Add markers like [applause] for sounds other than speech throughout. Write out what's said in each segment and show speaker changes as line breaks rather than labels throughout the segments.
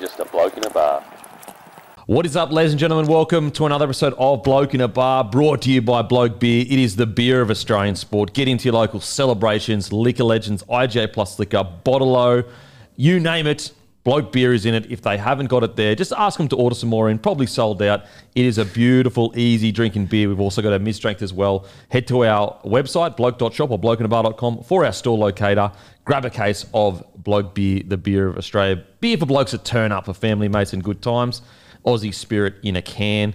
Just a bloke in a bar.
What is up, ladies and gentlemen? Welcome to another episode of Bloke in a Bar, brought to you by Bloke Beer. It is the beer of Australian sport. Get into your local celebrations, liquor legends, IJ Plus Liquor, Bottle you name it. Bloke Beer is in it. If they haven't got it there, just ask them to order some more in. Probably sold out. It is a beautiful, easy drinking beer. We've also got a mid strength as well. Head to our website, bloke.shop or blokeinbar.com for our store locator. Grab a case of Bloke Beer, the beer of Australia. Beer for blokes that turn up for family mates and good times. Aussie spirit in a can.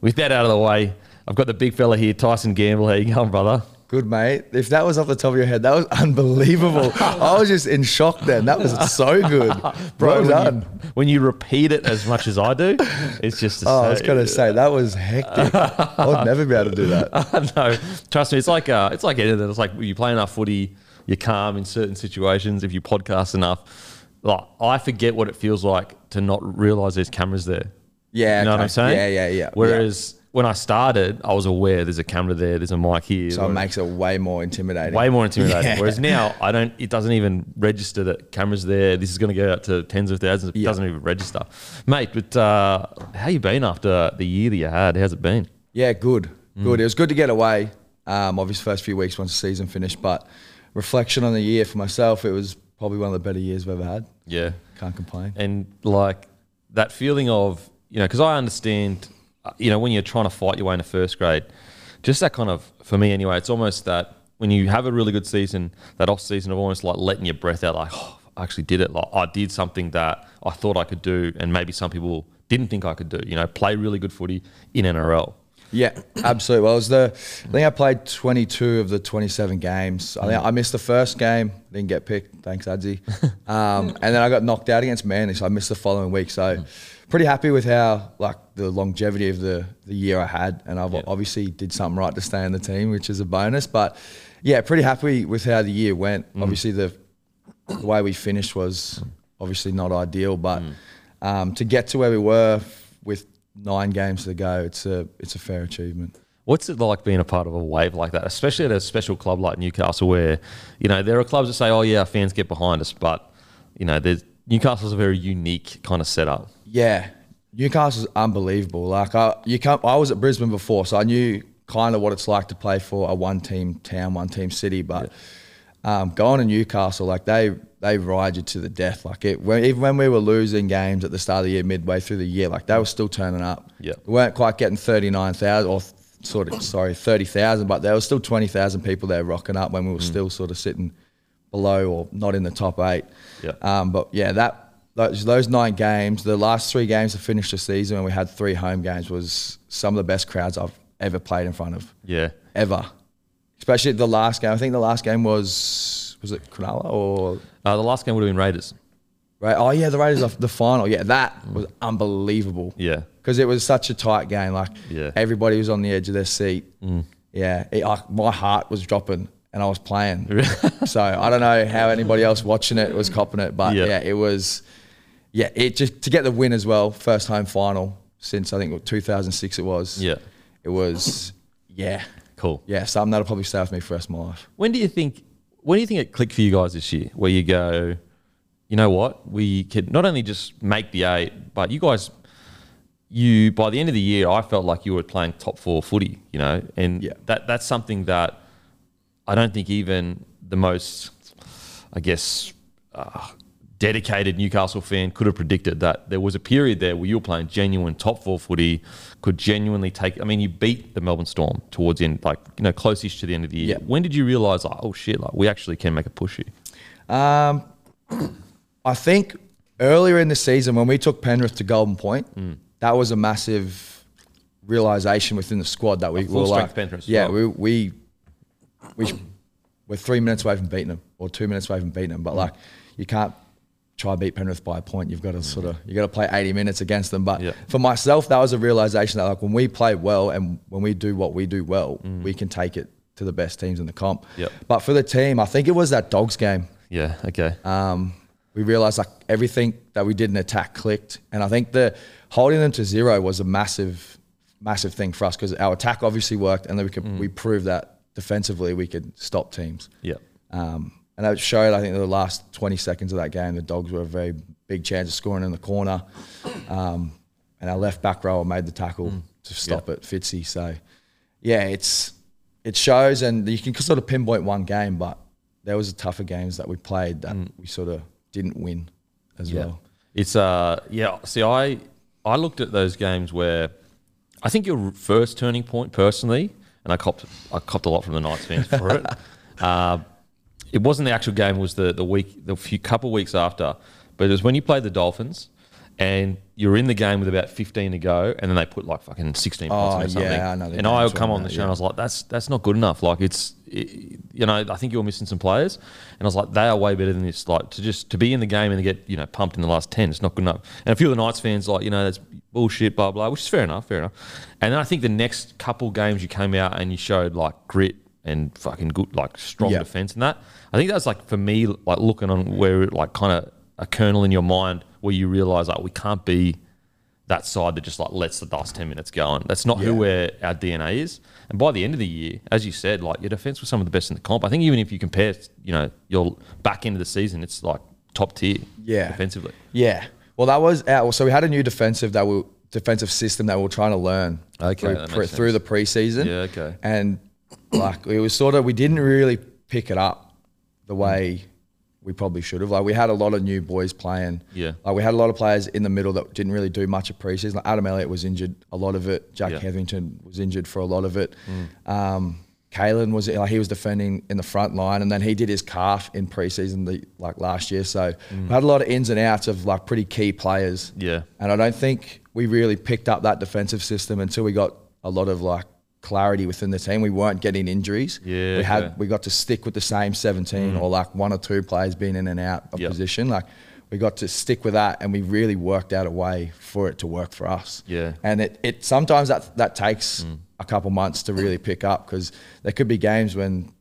With that out of the way, I've got the big fella here, Tyson Gamble. How you going, brother?
Good, mate. If that was off the top of your head, that was [laughs] unbelievable. I was just in shock then. That was so good. well
when
done.
You, when you repeat it as much as I do, it's just.
[laughs] oh, I
[laughs]
was going to say, that was hectic. I would never be able to
[laughs]
do that.
no, trust me. It's like uh, it's like anything. It's like you play enough footy, you're calm in certain situations. If you podcast enough, like I forget what it feels like to not realize there's cameras there.
Yeah,
you know what
okay.
I'm saying.
Yeah, yeah, yeah, yeah.
Whereas when I started, I was aware there's a camera there, there's a mic here.
So it
Whereas-
makes it way more intimidating.
way more intimidating.
Yeah.
Whereas now, I don't. It doesn't even register that cameras there. This is going to go out to tens of thousands. It
Yeah.
doesn't even register, mate. But uh, how you been after the year that you had? How's it been?
Yeah, good. Good. It was good to get away. Um, obviously, first few weeks once the season finished, but reflection on the year for myself, it was probably one of the better years I've ever had.
Yeah,
Can't complain.
and like that feeling of you know, because I understand, uh, you know, when you're trying to fight your way into first grade, just that kind of for me anyway. It's almost that when you have a really good season, that off season of almost like letting your breath out, like oh, I actually did it. Like I did something that I thought I could do, and maybe some people didn't think I could do. You know, play really good footy in NRL.
Yeah, absolutely. Well, it was the I think I played 22 of the 27 games. I think I missed the first game, didn't get picked. Thanks, Adzi. Um, and then I got knocked out against Manly, so I missed the following week. So pretty happy with how like the longevity of the the year I had, and I've obviously did something right to stay in the team, which is a bonus. But yeah, pretty happy with how the year went. Obviously the the way we finished was obviously not ideal, but um, to get to where we were f- with nine games to go, it's a it's a fair achievement.
What's it like being a part of a wave like that, especially at a special club like Newcastle, where you know there are clubs that say, "Oh yeah, our fans get behind us," but you know, there's Newcastle's a very unique kind of setup.
Yeah, Newcastle's unbelievable. Like I, you can't, I was at Brisbane before, so I knew kind of what it's like to play for a one-team town, one-team city. But um, going to Newcastle, like they they ride you to the death. Like it, when, even when we were losing games at the start of the year, midway through the year, like they were still turning up.
Yeah.
we weren't quite getting thirty-nine thousand or th- sort of sorry thirty thousand, but there was still twenty thousand people there rocking up when we
Mm.
were still sort of sitting below or not in the top eight.
Yeah.
Um, but yeah, that those, those nine games, the last three games to finish the season, when we had three home games, was some of the best crowds I've ever played in front of,
Yeah,
ever. Especially the last game. I think the last game was was it Cronulla or
uh, the last game would have been Raiders.
right? Oh yeah, the Raiders off the final. Yeah, that was unbelievable.
Mm. Yeah.
because it was such a tight game. Like
Yeah. Mm.
everybody was on the edge of their seat. Yeah, it, I, my heart was dropping. And I
[laughs]
was playing, so I don't know how anybody else watching it was copping it, but
Yeah.
yeah it was yeah, it just to get the win as well, first home final since I think 2006 it was.
Yeah.
it was yeah,
Cool.
yeah. Something that'll probably stay with me for the rest of my life.
When do you think? When do you think it clicked for you guys this year, where you go, you know what, we could not only just make the eight, but you guys, you by the end of the year, I felt like you were playing top four footy, you know, and
Yeah.
that that's something that I don't think even the most, I guess, uh, dedicated Newcastle fan could have predicted that there was a period there where you were playing genuine top four footy, could genuinely take. I mean, you beat the Melbourne Storm towards the end, like you know, closest to the end of the year.
Yeah.
When did you realise, like, oh shit, like we actually can make a push here?
I think earlier in the season when we took Penrith to Golden Point,
Mm.
that was a massive realization within the squad that we
full
were
strength
like,
Penrith as
yeah,
well.
we we we we're three minutes away from beating them or two minutes away from beating them, but
Mm.
like you can't try beat Penrith by a point. You've got to sort of you got to play 80 minutes against them. But
Mm. Yeah.
for myself, that was a realization that like when we play well and when we do what we do well, we can take it to the best teams in the comp.
Mm. Yep.
But for the team, I think it was that Dogs game
Yeah. Okay.
um, we realized like everything that we did in attack clicked, and I think the holding them to zero was a massive, massive thing for us because our attack obviously worked, and then we could we proved that defensively we could stop teams.
yeah.
Um, And that showed, I think, in the last 20 seconds of that game, the Dogs were a very big chance of scoring in the corner. Um, and our left back rower made the tackle to stop it, Fitzy. So, yeah, it's it shows, and you can sort of pinpoint one game, but there was a tougher games that we played that we sort of didn't win as well.
It's uh yeah. See, I I looked at those games where I think your first turning point personally, and I copped I copped a lot from the Knights fans for
[laughs]
it. Uh, it wasn't the actual game; it was the the week, the few couple weeks after. But it was when you played the Dolphins, and you're in the game with about 15 to go, and then they put like fucking 16 points
Oh,
on or something.
yeah, I know the
and I
games
come
like
on the
that,
show
yeah.
and I was like, "That's that's not good enough." Like it's, it, you know, I think you're missing some players, and I was like, "They are way better than this." Like to just to be in the game and to get you know pumped in the last 10, it's not good enough. And a few of the Knights fans like, you know, that's bullshit, blah blah, which is fair enough, fair enough. And then I think the next couple games you came out and you showed like grit and fucking good, like strong
Yeah.
defense and that. I think that's like for me, like looking on where it like kind of a kernel in your mind where you realize like we can't be that side that just like lets the last 10 minutes go on. That's not who
Yeah.
we're, our DNA is. And by the end of the year, as you said, like your defense was some of the best in the comp. I think even if you compare, you know, your back end of the season, it's like top tier
Yeah.
defensively.
Yeah. Well, that was our, so we had a new defensive that we defensive system that we were trying to learn.
Okay,
through,
that
pre-
makes
through the preseason.
Yeah, okay.
And like it was sort of we didn't really pick it up the
Mm.
way we probably should have. Like we had a lot of new boys playing.
Yeah.
Like we had a lot of players in the middle that didn't really do much of preseason. Like Adam Elliott was injured a lot of it. Jack
Yeah. Mm.
Hetherington was injured for a lot of it. Um, Kalen was like he was defending in the front line, and then he did his calf in preseason the like last year. So we had a lot of ins and outs of like pretty key players.
Mm. Yeah.
And I don't think we really picked up that defensive system until we got a lot of like clarity within the team. We weren't getting injuries.
Yeah,
We had
okay.
we got to stick with the same 17 or like one or two players being in and out of
Yep.
position. Like we got to stick with that and we really worked out a way for it to work for us.
Yeah.
And it, it sometimes that that takes a couple months to really pick up because there could be games when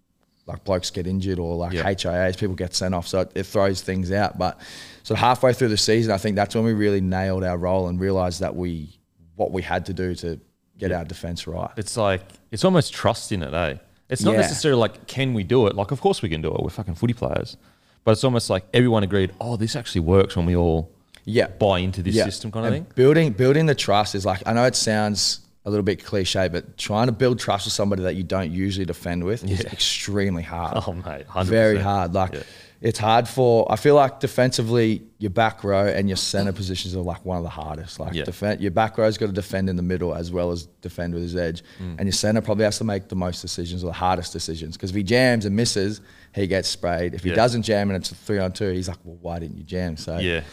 like blokes get injured or like
Yeah.
HIAs, people get sent off. So it, it throws things out. But so halfway through the season, I think that's when we really nailed our role and realized that we what we had to do to get our defense right.
It's like, it's almost trust in it, eh? It's not
Yeah.
necessarily like, can we do it? Like, of course we can do it. We're fucking footy players. But it's almost like everyone agreed, oh, this actually works when we all
Yeah.
buy into this system kind of
And
thing.
Building building the trust is like I know it sounds a little bit cliche, but trying to build trust with somebody that you don't usually defend with is extremely hard.
Oh, mate, 100%.
very hard. Like
Yeah.
it's hard for. I feel like defensively, your back row and your center positions are like one of the hardest. Like
Yeah.
defend, your back row's got to defend in the middle as well as defend with his edge,
Mm.
and your center probably has to make the most decisions or the hardest decisions because if he jams and misses, he gets sprayed. If he
Yeah.
doesn't jam and it's a three on two, he's like, well, why didn't you jam? So
Yeah.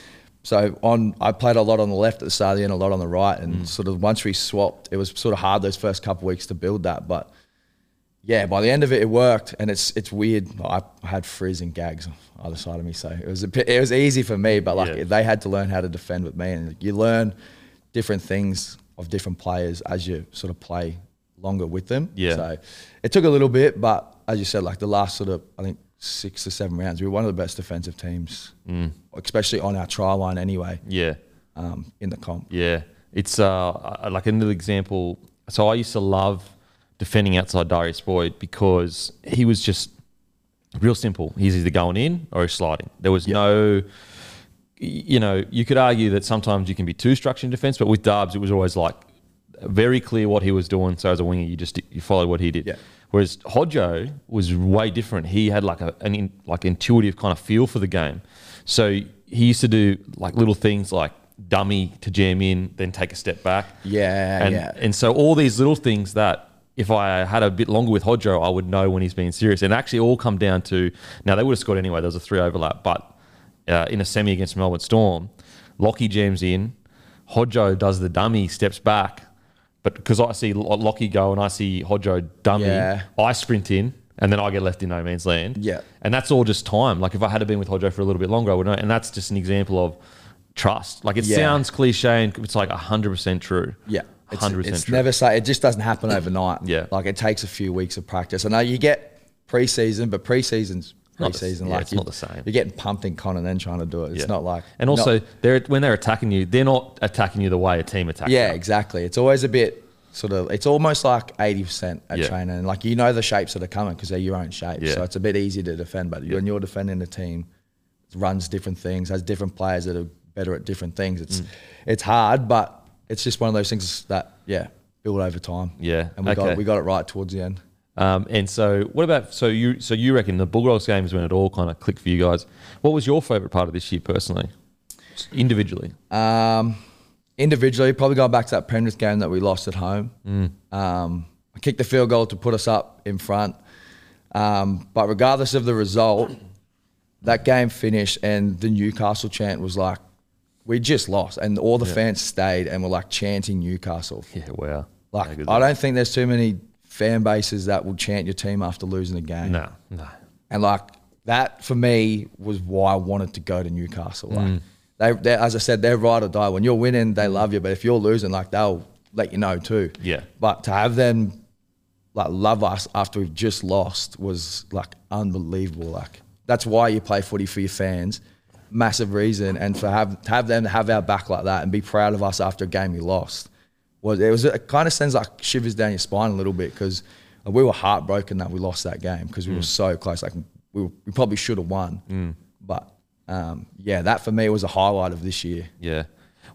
so on, I played a lot on the left at the start of the end, a lot on the right, and sort of once we swapped, it was sort of hard those first couple weeks to build that. But yeah, by the end of it, it worked, and it's it's weird. I had frizz and gags on either side of me, so it was a bit, it was easy for me. But like
Yeah.
they had to learn how to defend with me, and you learn different things of different players as you sort of play longer with them.
Yeah.
So it took a little bit, but as you said, like the last sort of I think six to seven rounds, we were one of the best defensive teams,
Mm.
especially on our try line anyway,
Yeah.
um, in the comp.
Yeah, it's uh I- like another example. So I used to love defending outside Darius Boyd because he was just real simple. He's either going in or he's sliding. There was no, you know, you could argue that sometimes you can be too structured in defense, but with Darbs, it was always like very clear what he was doing. So as a winger, you just you followed what he did.
Yeah.
Whereas Hodjo was way different. He had like a, an in, like intuitive kind of feel for the game. So he used to do like little things like dummy to jam in, then take a step back.
Yeah,
and,
yeah.
And so all these little things that if I had a bit longer with Hodjo, I would know when he's being serious. And actually, all come down to now they would have scored anyway. There was a three overlap, but uh, in a semi against Melbourne Storm, Lockie jams in, Hodjo does the dummy, steps back, but because I see Lo- Lockie go and I see Hodjo dummy,
Yeah.
I sprint in. And then I get left in no man's land.
Yeah.
And that's all just time. Like if I had been with Hodjo for a little bit longer, I would know. And that's just an example of trust. Like it
Yeah.
sounds cliche and it's like 100% true.
Yeah. It's,
Hundred percent
it's
true.
never say it just doesn't happen overnight.
Yeah.
Like it takes a few weeks of practice. I know you get preseason, but preseason's
Not the s-
preseason.
yeah,
like
it's
you-
not the same.
You're getting pumped in con and then trying to do it. It's
Yeah.
not like
and
not-
also they're when they're attacking you, they're not attacking you the way a team attacks.
yeah,
you.
exactly. It's always a bit sort of it's almost like 80% at
Yeah.
training and like you know the shapes that are coming because they're your own shapes
Yeah.
so it's a bit easier to defend but when you're defending a team that runs different things has different players that are better at different things it's
Mm.
it's hard but it's just one of those things that yeah build over time
Yeah,
and we
okay.
got we got it right towards the end
Um, and so, what about so you? So you reckon the Bulldogs games when it all kind of clicked for you guys? What was your favorite part of this year personally, Just individually?
Um, individually, probably going back to that Penrith game that we lost at home. Um, I kicked the field goal to put us up in front. Um, but regardless of the result, that game finished and the Newcastle chant was like, we just lost. And all the fans stayed and were like chanting Newcastle.
Yeah, wow. How
Like,
good
I
that-
don't think there's too many fan bases that will chant your team after losing a game.
No, no.
And like that for me was why I wanted to go to Newcastle. Like
Mm.
they, they, as I said, they're right or die. When you're winning, they love you, but if you're losing, like they'll let you know too.
Yeah.
But to have them like love us after we've just lost was like unbelievable. Like that's why you play footy for your fans. Massive reason, and for have to have them to have our back like that and be proud of us after a game we lost was it was it kind of sends like shivers down your spine a little bit because we were heartbroken that we lost that game because we were so close. Like we, were, we probably should have won, but um, yeah, that for me was a highlight of this year.
Yeah.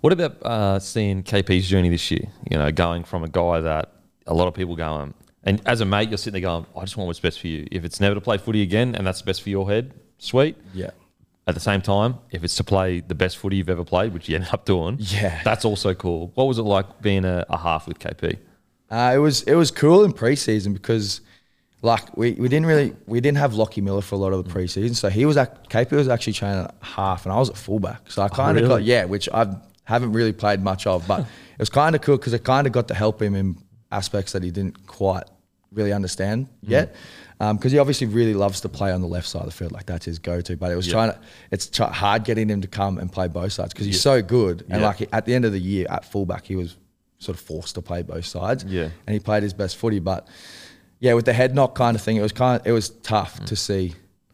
What about uh, seeing KP's journey this year? You know, going from a guy that a lot of people go on, and as a mate, you're sitting there going, "I just want what's best for you. If it's never to play footy again, and that's best for your head, sweet."
Yeah.
At the same time, if it's to play the best footy you've ever played, which you ended up doing,
Yeah.
that's also cool. What was it like being a, a half with KP?
Uh, it was it was cool in preseason because like we, we didn't really we didn't have Lockie Miller for a lot of
Mm.
the preseason, so he was at KP was actually training at half and I was at fullback, so I kind of
Oh, really?
got yeah, which I haven't really played much
[laughs]
of, but it was kind of cool because I kind of got to help him in aspects that he didn't quite really understand
Mm.
yet. Because he obviously really loves to play on the left side of the field, like that's his go-to. But it was trying to, it's tr- hard getting him to come and play both sides because he's so good. And
Yeah.
like at the end of the year at fullback, he was sort of forced to play both sides
Yeah.
and he played his best footy. But yeah, with the head knock kind of thing, it was kind of, it was tough to see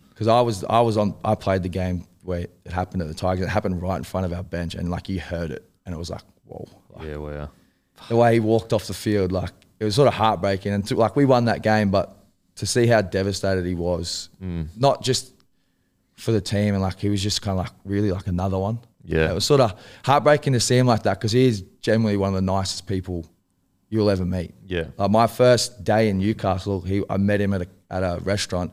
because I was I was on I played the game where it happened at the Tigers. It happened right in front of our bench, and like you heard it, and it was like whoa, Like,
Yeah, wow.
the way he walked off the field, like it was sort of heartbreaking. And to, like we won that game, but to see how devastated he was,
Mm.
not just for the team, and like he was just kind of like really like another one.
Yeah.
it was sort of heartbreaking to see him like that because he is generally one of the nicest people you'll ever meet.
Yeah.
Like my first day in Newcastle, he I met him at a at a restaurant,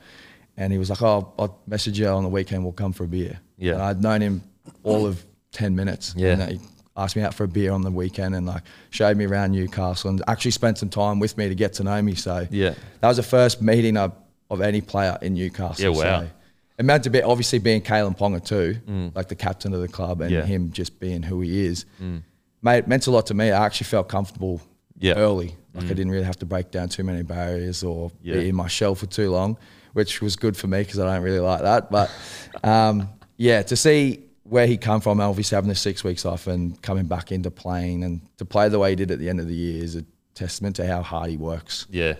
and he was like, "Oh, I'll message you on the weekend. We'll come for a beer."
Yeah.
And I'd known him all of ten minutes.
Yeah.
And he asked me out for a beer on the weekend and like showed me around Newcastle and actually spent some time with me to get to know me. So
Yeah.
that was the first meeting of, of any player in Newcastle.
Yeah, wow. Mm.
So it meant a bit, obviously being Kalen Ponga too, like the captain of the club, and
Yeah. Mm.
him just being who he is, mate, meant a lot to me. I actually felt comfortable
Yeah.
early. Like I didn't really have to break down too many barriers or
Yeah.
be in my shell for too long, which was good for me because I don't really like that. But um, yeah, to see where he come from, obviously having the six weeks off and coming back into playing and to play the way he did at the end of the year is a testament to how hard he works.
Yeah,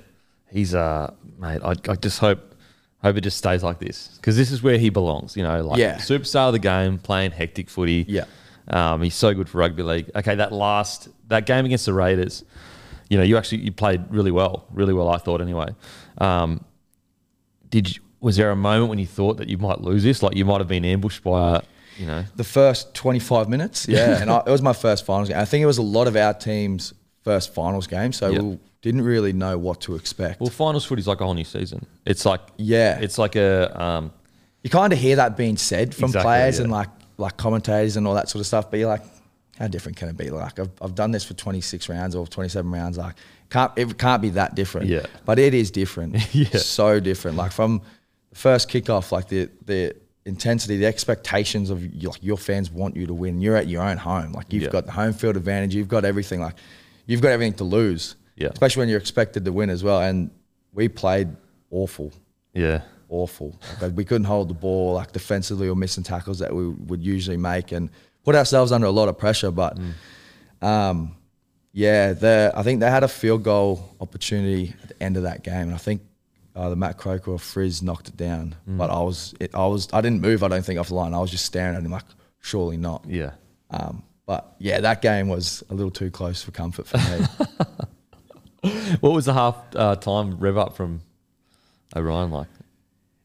he's uh mate. I, I just hope hope it just stays like this because this is where he belongs. You know, like
Yeah.
superstar of the game, playing hectic footy.
Yeah.
um, he's so good for rugby league. Okay, that last that game against the Raiders, you know, you actually you played really well, really well. I thought anyway. Um, did you, was there a moment when you thought that you might lose this? Like you might have been ambushed by, a, you know,
the first 25 minutes. Yeah. and I, it was my first finals game. I think it was a lot of our team's first finals game. So
Yep.
we didn't really know what to expect.
well, finals footy is like a whole new season. It's like
Yeah.
it's like a um,
you kind of hear that being said from
Exactly,
players
yeah.
and like like commentators and all that sort of stuff. But you're like, how different can it be? Like I've, I've done this for 26 rounds or 27 rounds. Like can't it can't be that different.
Yeah.
But it is different.
[laughs] Yeah.
So different. Like from the first kickoff, like the the intensity, the expectations of y- like your fans want you to win. You're at your own home. Like you've
Yeah.
got the home field advantage. You've got everything. Like you've got everything to lose.
Yeah.
Especially when you're expected to win as well. And we played awful
yeah,
awful. Like, we couldn't hold the ball like defensively or missing tackles that we would usually make and put ourselves under a lot of pressure. But um, yeah, the, I think they had a field goal opportunity at the end of that game, and I think uh, the Matt Croker or Frizz knocked it down. But I was it, I was I didn't move. I don't think off the line. I was just staring at him like surely not.
yeah.
Um, but yeah, that game was a little too close for comfort for me.
What was the half uh, time rev up from Orion like?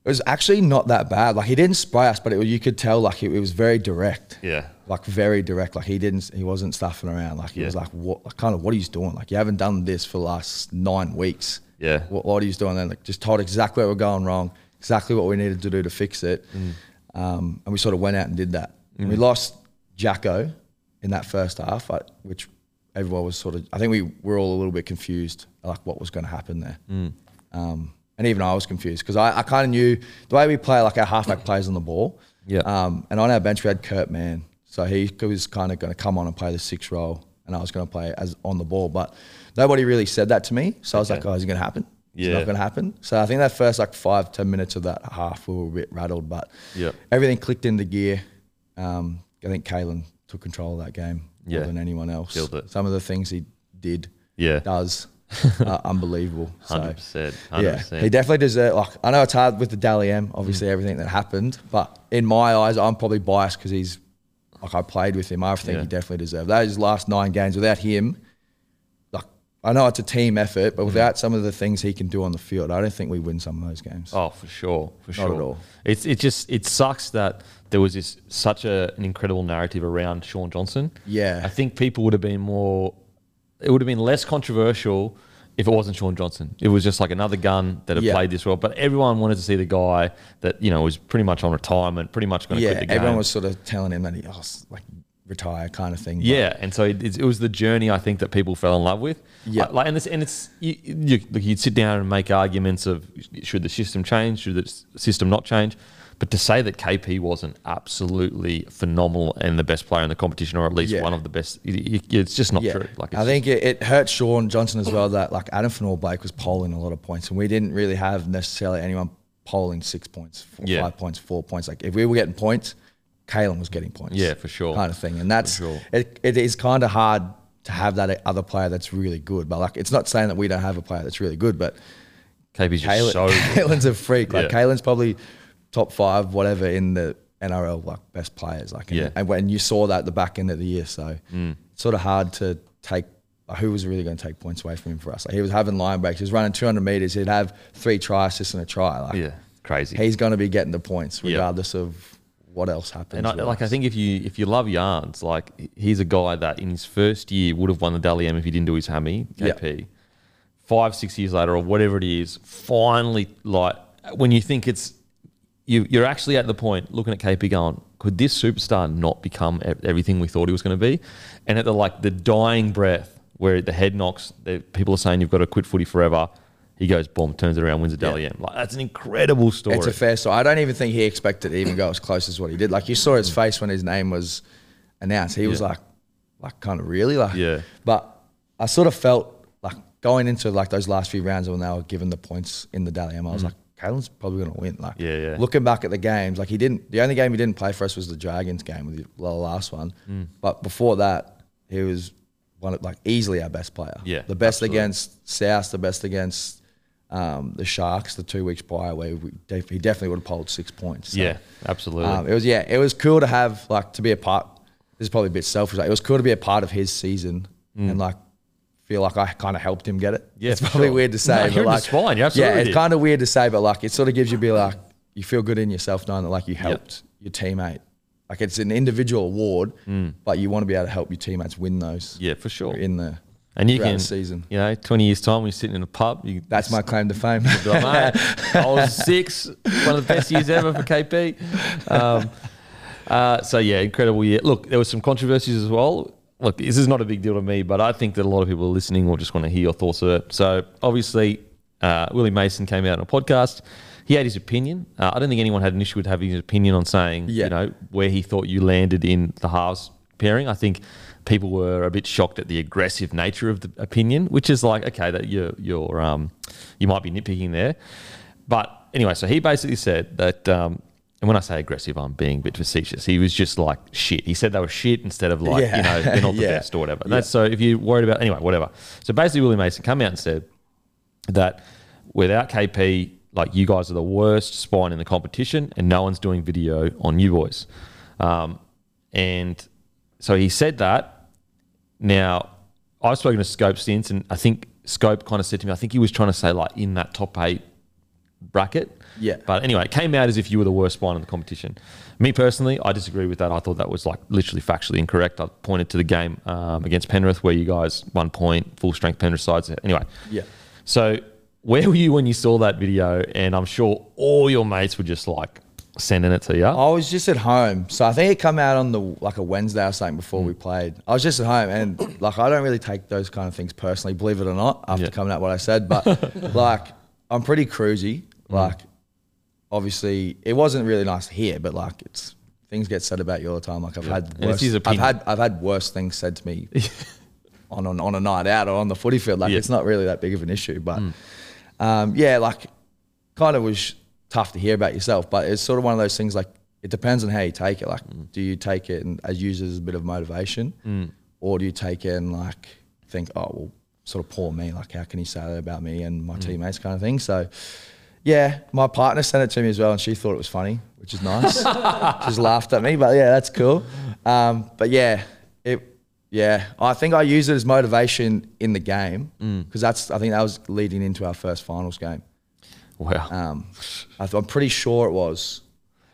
It was actually not that bad. Like he didn't spray us, but it, you could tell like it, it was very direct.
Yeah.
Like very direct. Like he didn't. He wasn't stuffing around. Like he
Yeah.
was like, what? Like, kind of what he's doing. Like you haven't done this for the last nine weeks.
Yeah.
What, what he's doing then? Like just told exactly where we're going wrong, exactly what we needed to do to fix it,
Mm.
um, and we sort of went out and did that. And we lost Jacko in that first half, like, which everyone was sort of. I think we were all a little bit confused, like what was going to happen there.
Mm.
Um, and even I was confused because I, I kind of knew the way we play, like our halfback plays on the ball.
Yeah.
Um, and on our bench, we had Kurt Mann. So he was kind of going to come on and play the six role, and I was going to play as on the ball. But nobody really said that to me. So I was like,
Okay.
oh, is it going to happen? It's
Yeah.
not going to happen. So I think that first like five, 10 minutes of that half, we were a bit rattled, but
Yeah.
everything clicked into gear. Um, I think Kalen took control of that game
Yeah.
more than anyone else.
Killed it.
Some of the things he did,
Yeah. [laughs]
does, are unbelievable. So,
100%.
yeah,
100%.
he definitely deserved. Like I know it's hard with the Dally M,
Mm.
obviously everything that happened, but in my eyes, I'm probably biased because he's like I played with him. I think
Yeah.
he definitely deserved those last nine games. Without him, like I know it's a team effort,
Mm.
but without some of the things he can do on the field, I don't think we win some of those games.
Oh, for sure, for sure.
Not at all.
It's it just it sucks that there was this such a, an incredible narrative around Sean Johnson.
Yeah.
I think people would have been more. It would have been less controversial if it wasn't Sean Johnson. It was just like another gun that had
Yeah.
played this role. But everyone wanted to see the guy that you know was pretty much on retirement, pretty much going to
yeah,
quit the game.
everyone was sort of telling him that he oh, s- like retire kind of thing. but
Yeah, and so it, it's- it was the journey I think that people fell in love with.
Yeah.
Uh, like and it's and it's you, you look, you'd sit down and make arguments of should the system change, should the s- system not change, but to say that KP wasn't absolutely phenomenal and the best player in the competition, or at least
Yeah.
one of the best, it- it- it's just not true. Like it's
I think it, it hurt Sean Johnson as well that like Adam Fanor Blake was polling a lot of points, and we didn't really have necessarily anyone polling six points, four,
Yeah.
five points, four points. Like if we were getting points, Kalen was getting points.
Yeah, for sure.
kind of thing. And that's
sure.
it, it is kind of hard to have that other player that's really good. But like it's not saying that we don't have a player that's really good, but
KP's just
Kalen, [laughs]
so good.
Kalen's a freak. Like
Yeah.
Kalen's probably top five, whatever in the NRL like best players. Like and,
Yeah. Mm.
and when you saw that at the back end of the year, so it's sort of hard to take. Like, who was really going to take points away from him for us? Like he was having line breaks. He was running 200 meters. He'd have three try assists and a try. Like
yeah, crazy.
he's going to be getting the points regardless of what else happens.
And I,
with
like, I
us.
think if you if you love yarns, like he's a guy that in his first year would have won the Dally M if he didn't do his hammy KP. Five six years later or whatever it is, finally, like when you think it's you, you're actually at the point looking at KP going, could this superstar not become e- everything we thought he was going to be? And at the like the dying breath where the head knocks, the, people are saying you've got to quit footy forever. He goes, boom, turns it around, wins a Dally M. Like that's an incredible story.
It's a fair story. I don't even think he expected to even go as close as what he did. Like you saw his face when his name was announced. He was
Hmm. Yeah.
like, like kind of really like.
Yeah.
But I sort of felt like going into like those last few rounds when they were given the points in the Dally M, I was like, Caelan's probably gonna win. Like,
Hmm. Yeah, yeah.
looking back at the games, like he didn't. The only game he didn't play for us was the Dragons game, with the the last one.
Hmm.
But before that, he was one of like easily our best player.
Yeah,
the best
absolutely.
against South, the best against um, the Sharks, the two weeks prior, where we def- he definitely would have polled six points. So,
yeah, absolutely.
um, it was yeah, it was cool to have like to be a part. This is probably a bit selfish. Like, it was cool to be a part of his season and like feel like I kind of helped him get it.
Mm. Yeah,
it's
for
probably
sure.
weird to say,
No,
but
you're in the
like
spine, you
yeah,
absolutely
it's
did.
kind of weird to say, but like it sort of gives you be like you feel good in yourself knowing that like you helped your teammate. Like it's an individual award, but you want to be able to help your teammates win those
Mm. yeah, for sure.
in the
And you
throughout
can
the season.
You know, twenty years time, when you're sitting in a pub. You, [laughs]
That's my claim to fame. [laughs]
Be like, "Mate, I was six, one of the best years ever for KP. Um, uh, so yeah, incredible year. Look, there was some controversies as well. Look, this is not a big deal to me, but I think that a lot of people listening will just want to hear your thoughts of it. So obviously, uh, Willie Mason came out in a podcast. He had his opinion. Uh, I don't think anyone had an issue with having his opinion on saying,
Yeah.
you know, where he thought you landed in the halves pairing. I think people were a bit shocked at the aggressive nature of the opinion, which is like, okay, that you're, you're um, you might be nitpicking there. But anyway, so he basically said that, um, and when I say aggressive, I'm being a bit facetious. He was just like shit. He said they were shit instead of like, you
Yeah.
know, they're not the
[laughs] Yeah.
best or whatever. That's so if you're worried about anyway, whatever. So basically, Willie Mason come out and said that without KP, like you guys are the worst spine in the competition, and no one's doing video on you boys. Um, and so he said that. Now, I've spoken to Scope since, and I think Scope kind of said to me, I think he was trying to say like in that top eight bracket.
Yeah.
But anyway, it came out as if you were the worst spine in the competition. Me personally, I disagree with that. I thought that was like literally factually incorrect. I pointed to the game um, against Penrith where you guys one point full strength Penrith sides. Anyway.
Yeah.
So where were you when you saw that video? And I'm sure all your mates were just like sending it to you.
I was just at home, so I think it come out on the like a Wednesday or something before we played. I was just at home, and [clears throat] like I don't really take those kind of things personally, believe it or not. After
Yeah.
coming out what I
[laughs]
said, but like I'm pretty
Mm.
cruisy. Like obviously, it wasn't really nice to hear, but like it's things get said about you all the time. Like I've had
And it's
worse,
his
I've
opinion.
had I've had worse things said to me on, on on a night out or on the footy field. Like
Yeah.
it's not really that big of an issue, but um, yeah, like kind of was tough to hear about yourself, but it's sort of one of those things like it depends on how you take it. Like, do you take it and as use it as a bit of motivation, or do you take it and like think, oh well, sort of poor me. Like, how can he say that about me and my teammates, kind of thing. So. Yeah, my partner sent it to me as well, and she thought it was funny, which is nice. Just laughed at me, but yeah, that's cool. Um, but yeah, it yeah, I think I use it as motivation in the game
Mm.
because that's I think that was leading into our first finals game.
wow.
Um, I th- I'm pretty sure it was.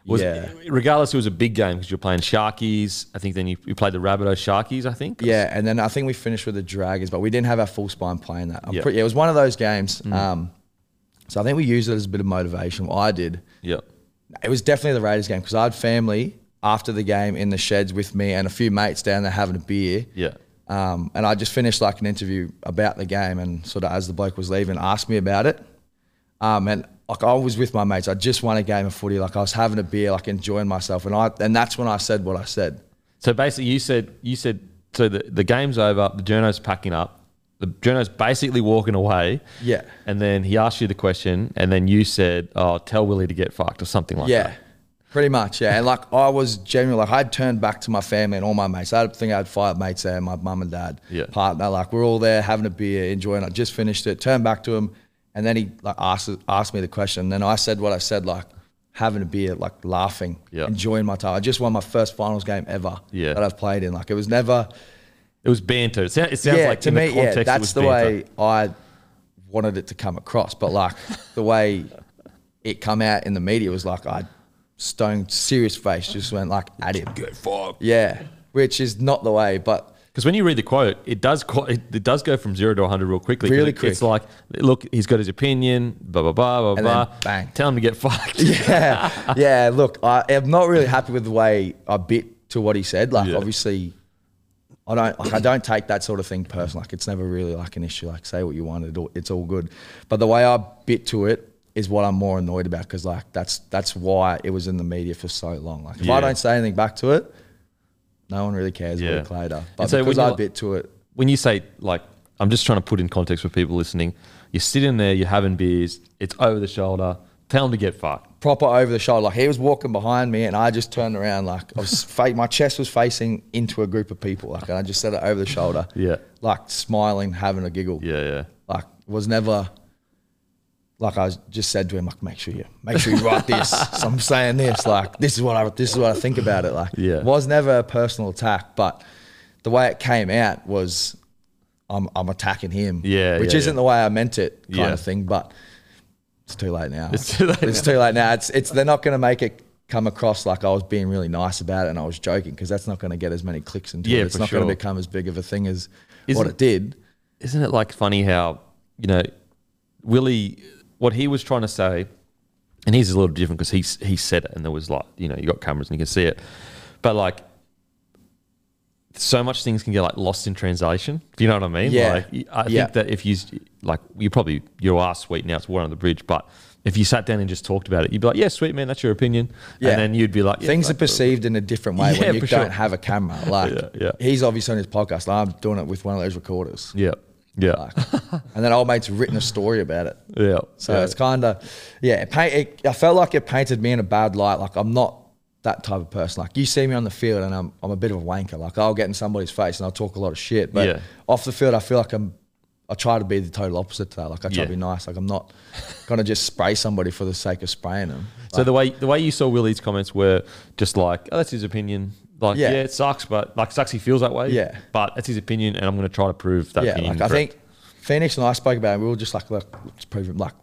Was,
yeah,
Regardless, it was a big game because you're playing Sharkies. I think then you, you played the Rabbitoh Sharkies, I think.
yeah, and then I think we finished with the Dragons, but we didn't have our full spine playing that. I'm
Yeah. Mm.
pretty, yeah, it was one of those games. Um, so I think we used it as a bit of motivation. Well, I did.
Yeah.
It was definitely the Raiders game because I had family after the game in the sheds with me and a few mates down there having a beer.
Yeah.
Um, and I just finished like an interview about the game, and sort of as the bloke was leaving, asked me about it. Um, and like I was with my mates, I just won a game of footy. Like I was having a beer, like enjoying myself, and I and that's when I said what I said.
So basically, you said you said so the, the game's over. The journo's packing up. The journo's basically walking away.
Yeah.
And then he asked you the question, and then you said, "Oh, tell Willie to get fucked" or something like
yeah,
that.
pretty much. Yeah, and like I was genuinely like I'd turned back to my family and all my mates. I think I had five mates there, my mum and dad,
Yeah.
partner. Like we're all there having a beer, enjoying. it. I just finished it, turned back to him, and then he like asked asked me the question. And then I said what I said, like having a beer, like laughing,
Yeah.
enjoying my time. I just won my first finals game ever
Yeah.
that I've played in. Like it was never
It was banter. It, sound, it sounds like in the context,
that's
it was
the
banter.
way I wanted it to come across. But like the way it come out in the media was like I stone serious face just went like
[laughs]
at him.
Get fucked.
Yeah, which is not the way. But
Because when you read the quote, it does qu- it, it does go from zero to hundred real quickly. 'cause
Really
it- It's like, look, he's got his opinion. Blah blah blah blah
And
blah.
then bang.
Tell him to get fucked.
yeah, yeah. Look, I am not really happy with the way I bit to what he said. Like
Yeah.
obviously. I don't like, I don't take that sort of thing personal. Like it's never really like an issue. Like say what you want, it all, it's all good. But the way I bit to it is what I'm more annoyed about because like that's that's why it was in the media for so long. Like if
Yeah.
I don't say anything back to it, no one really cares
Yeah.
a week later. But
And so when
because
you
I
like-
bit to it,
[laughs] when you say like I'm just trying to put in context for people listening, you're sitting there, you're having beers, it's over the shoulder, tell them to get fucked.
proper over the shoulder. Like he was walking behind me, and I just turned around. Like
[laughs]
I was, fa- my chest was facing into a group of people. Like and I just said it over the shoulder.
Yeah.
like smiling, having a giggle.
Yeah, yeah.
like was never. Like I was- just said to him, like make sure you make sure you
[laughs]
write this. so I'm saying this, like this is what I this is what I think about it. Like
Yeah.
was never a personal attack, but the way it came out was, I'm I'm attacking him.
Yeah,
which
yeah,
isn't
yeah.
the way I meant it, kind
Yeah.
of thing. But it's too late now.
It's too late
It's too late now. It's it's they're not going to make it come across like I was being really nice about it and I was joking because that's not going to get as many clicks into
Yeah,
it. It's
for
not going
sure.
to become as big of a thing as
Isn't-
what it did.
Isn't it like funny how, you know, Willie what he was trying to say, and he's a little different because he s- he said it and there was like, you know, you got cameras and you can see it. But like so much things can get like lost in translation. If you know what I mean?
Yeah.
Like y- I
Yeah.
think that if you s- like you probably you are sweet now, it's water on the bridge, but if you sat down and just talked about it, you'd be like, "Yeah, sweet man, that's your opinion,"
Yeah.
and then you'd be like, yeah,
Things are
like,
perceived in a different way
Yeah,
when you
for
don't
sure.
have a camera. Like
Yeah, yeah.
he's obviously on his podcast. I'm doing it with one of
[laughs]
those recorders.
Yeah, yeah,
Like, and then old mate's written a story about it.
yeah."
So
yeah.
it's kind of, yeah, it, paint, it I felt like it painted me in a bad light. Like I'm not that type of person. Like you see me on the field and I'm, I'm a bit of a wanker. Like I'll get in somebody's face and I'll talk a lot of shit. But
Yeah.
off the field, I feel like I'm, I try to be the total opposite to that. Like I try
Yeah.
to be nice. Like I'm not going to just spray somebody for the sake of spraying them.
So the way the way you saw Willie's comments were just like, "Oh, that's his opinion." Like, yeah,
Yeah.
it sucks, but like, sucks he feels that way.
Yeah.
but that's his opinion, and I'm going to try to prove that.
yeah,
opinion
like I
correct.
think Phoenix and I spoke about it. We were just like, look, let's prove him, like,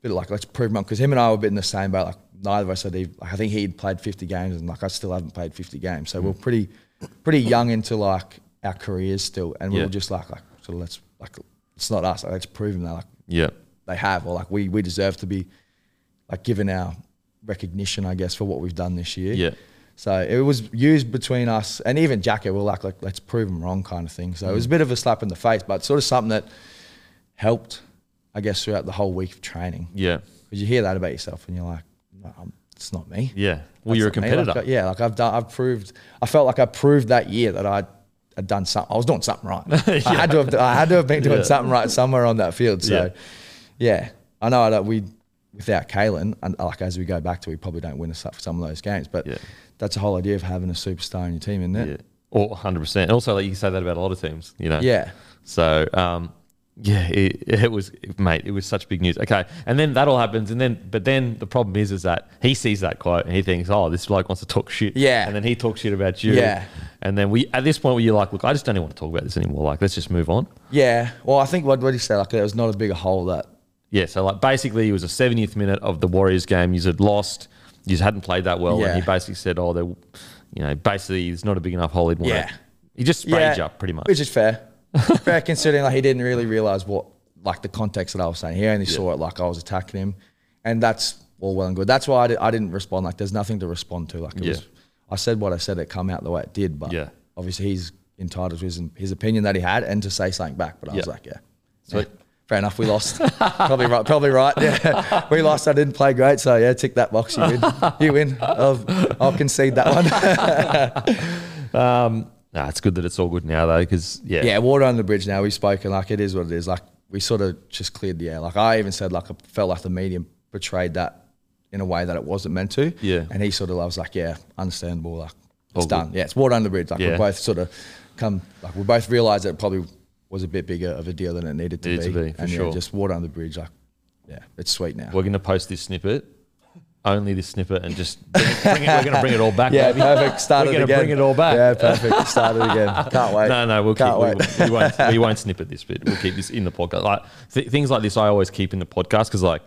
bit of like, let's prove him because him and I were a bit in the same boat. Like, neither of us had, even, like, I think he'd played 50 games and like, I still haven't played 50 games. So we're
Mm.
pretty, pretty young into like our careers still. And we
Yeah.
were just like, like, so let's, like, it's not us. Like, let's prove him that, like,
Yeah.
they have, or like we we deserve to be like given our recognition, I guess, for what we've done this year.
Yeah.
So it was used between us and even Jacko. We are like, like, let's prove them wrong, kind of thing. So it
Mm.
was a bit of a slap in the face, but sort of something that helped, I guess, throughout the whole week of training.
Yeah.
Because you hear that about yourself, and you're like, no, I'm, it's not me.
Yeah. Well, you're a
That's not me. Like,
competitor.
I- yeah, like I've done, I've proved. I felt like I proved that year that I had done something. I was doing
[laughs]
something right. I had to have. I had to have been doing
Yeah.
something right somewhere on that field. So, yeah, I know that we without Kalen, and like as we go back to, we probably don't win us up for some of those games. But
Yeah.
that's the whole idea of having a superstar in your team, isn't it?
Yeah. Oh, Or 100%. And also, like, you can say that about a lot of teams, you know?
Yeah.
So, um, yeah, it, it was, mate, it was such big news. Okay. And then that all happens. And then, but then the problem is, is that he sees that quote and he thinks, oh, this bloke wants to talk shit.
Yeah.
And then he talks shit about you.
Yeah.
And then we, at this point, where you're like, look, I just don't even want to talk about this anymore. Like, let's just move on.
Yeah. Well, I think what what he said, like there was not as big a hole that.
Yeah. So, like, basically, it was a 70th minute of the Warriors game. You had lost. You hadn't played that well.
Yeah.
And he basically said, oh, they, you know, basically, it's not a big enough hole he'd want
Yeah.
to. He just sprayed you up pretty much.
which is fair. [laughs] fair considering like he didn't really realize what like the context that I was saying. He only saw it like I was attacking him, and that's all well and good. That's why I, di- I didn't respond. Like there's nothing to respond to. Like it
Yeah.
was, I said what I said. It come out the way it did. But
Yeah.
obviously he's entitled to his, his opinion that he had and to say something back. But I was
Yeah.
like, yeah.
Sweet.
Yeah. Fair enough. We lost. [laughs] probably right. Probably right. Yeah, [laughs] we lost. I didn't play great. So yeah, tick that box. You win. You win. I'll, I'll concede that one.
Nah, it's good that it's all good now though, because yeah,
yeah, water under the bridge now. We've spoken like it is what it is. Like we sort of just cleared the air. Like I even said, like I felt like the medium portrayed that in a way that it wasn't meant to.
Yeah.
And he sort of I was like, yeah, understandable. Like
All
it's
good.
done. Yeah, it's water under the bridge. Like
Yeah.
we both sort of come. Like we both realized that it probably was a bit bigger of a deal than it needed to
Needed
be.
to be, for
and
sure.
yeah, just water under the bridge. Like yeah, it's sweet now.
we're gonna post this snippet, only this snippet, and just bring it, bring it- we're gonna bring it all back.
yeah,
baby.
perfect. Started
gonna
again.
bring it all back.
Yeah, perfect.
[laughs]
Started again. Can't wait.
No, no, we'll
Can't wait.
keep. We, we won't. We
[laughs]
won't snippet this bit. We'll keep this in the podcast. Like th- things like this, I always keep in the podcast because like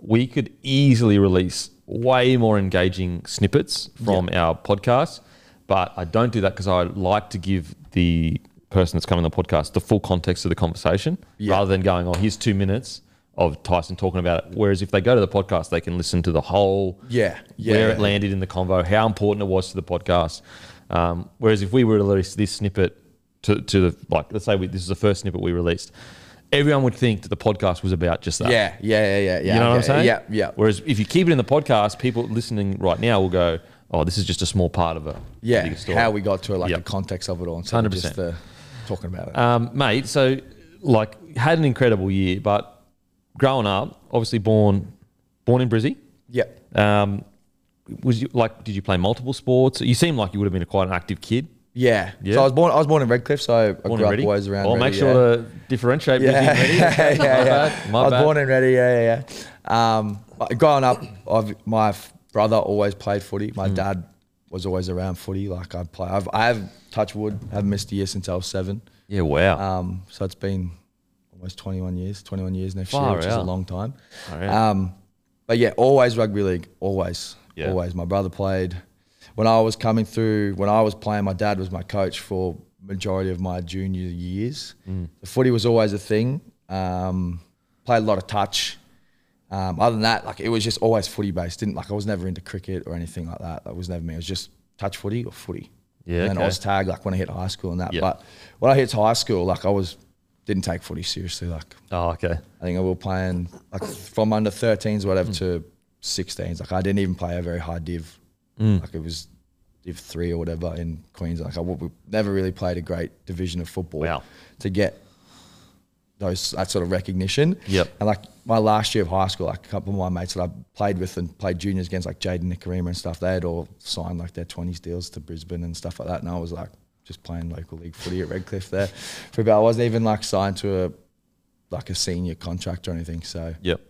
we could easily release way more engaging snippets from our podcast, but I don't do that because I like to give the person that's coming on the podcast the full context of the conversation
Yeah.
rather than going, "Oh, here's two minutes." Of Tyson talking about it, whereas if they go to the podcast, they can listen to the whole
Yeah, yeah.
where it landed in the convo, how important it was to the podcast. Um, whereas if we were to release this snippet to, to the, like, let's say we, this is the first snippet we released, everyone would think that the podcast was about just that.
Yeah, yeah, yeah, yeah, yeah.
You know what I'm
yeah,
saying?
Yeah, yeah.
Whereas if you keep it in the podcast, people listening right now will go, oh, this is just a small part of a
yeah,
bigger story.
how we got to it, like
Yep.
the context of it all, instead of just
100%.
the talking about it.
Um, mate, so like had an incredible year, but growing up, obviously born born in Brizzy.
yeah,
Um, was you like did you play multiple sports? You seem like you would have been a quite an active kid.
yeah,
Yeah.
So I was born. I was born in Redcliffe, so I
Born
grew
and
up
ready.
always around.
Oh,
Ready,
make sure to differentiate.
yeah. [laughs]
Yeah, ready.
yeah,
[laughs] My
yeah, yeah.
bad. My
I was
bad.
born and ready. Yeah, yeah, yeah. Um, but growing up, I've, my f- brother always played footy. My
Mm.
dad was always around footy. Like I play. I've I have touched wood. Haven't missed a year since I was seven.
yeah, wow.
Um, so it's been almost 21 years, 21 years next
Far
year, which is a
out.
long time.
Far out.
Um, but yeah, always rugby league, always,
Yeah.
always. My brother played when I was coming through. When I was playing, my dad was my coach for majority of my junior years.
Mm.
The footy was always a thing. Um, played a lot of touch. Um, other than that, like it was just always footy based. Didn't like I was never into cricket or anything like that. That was never me. It was just touch footy or footy.
Yeah,
And then
okay.
Oz tag like when I hit high school and that.
Yeah.
But when I hit high school, like I was didn't take footy seriously. Like
oh, okay.
I think I will playing like from under 13s whatever
Hmm.
to 16s. Like I didn't even play a very high div.
Hmm.
Like it was div three or whatever in Queensland. Like I w- we never really played a great division of football
Wow.
to get those that sort of recognition.
Yep.
And like my last year of high school, like a couple of my mates that I played with and played juniors against, like Jaden Nikarima and stuff, they had all signed like their 20s deals to Brisbane and stuff like that. And I was like just playing local league footy at Redcliffe there for about, I wasn't even like signed to a, like a senior contract or anything. So
Yep.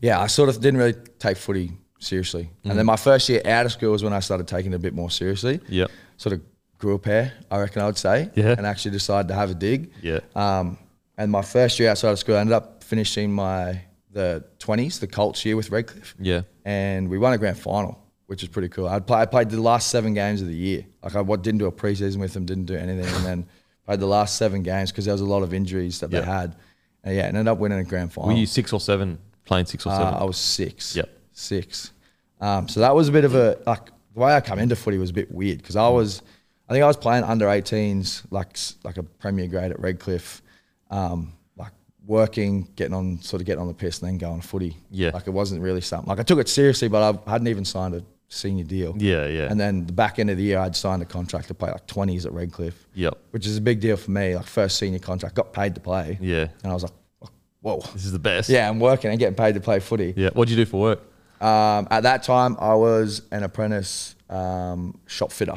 yeah, I sort of didn't really take footy seriously. And then my first year out of school was when I started taking it a bit more seriously.
Mm. Yep.
Sort of grew a pair, I reckon I would say.
Yeah.
And actually decided to have a dig.
Yeah.
Um, and And my first year outside of school, I ended up finishing my the 20s, the Colts year with Redcliffe.
Yeah.
And we won a grand final, which is pretty cool. I'd play, I played the last seven games of the year. Like I what, didn't do a preseason with them, didn't do anything. And then played the last seven games because there was a lot of injuries that
Yeah.
they had. And yeah, and ended up winning a grand final.
Were you six or seven playing six or seven?
um, Uh, I was six.
Yep.
Six. Um, so that was a bit of a like the way I come into footy was a bit weird because I was, I think I was playing under 18s like s- like a premier grade at Redcliffe, um, like working, getting on sort of getting on the piss and then going footy.
Yeah.
Like it wasn't really something. Like I took it seriously, but I hadn't even signed a senior deal.
Yeah, yeah.
And then the back end of the year, I'd signed a contract to play like 20s at Redcliffe.
Yep.
Which is a big deal for me. Like first senior contract, got paid to play.
Yeah.
And I was like, whoa.
this is the best.
Yeah, I'm working and getting paid to play footy.
Yeah. What do you do for work?
Um, at that time, I was an apprentice um, shop fitter.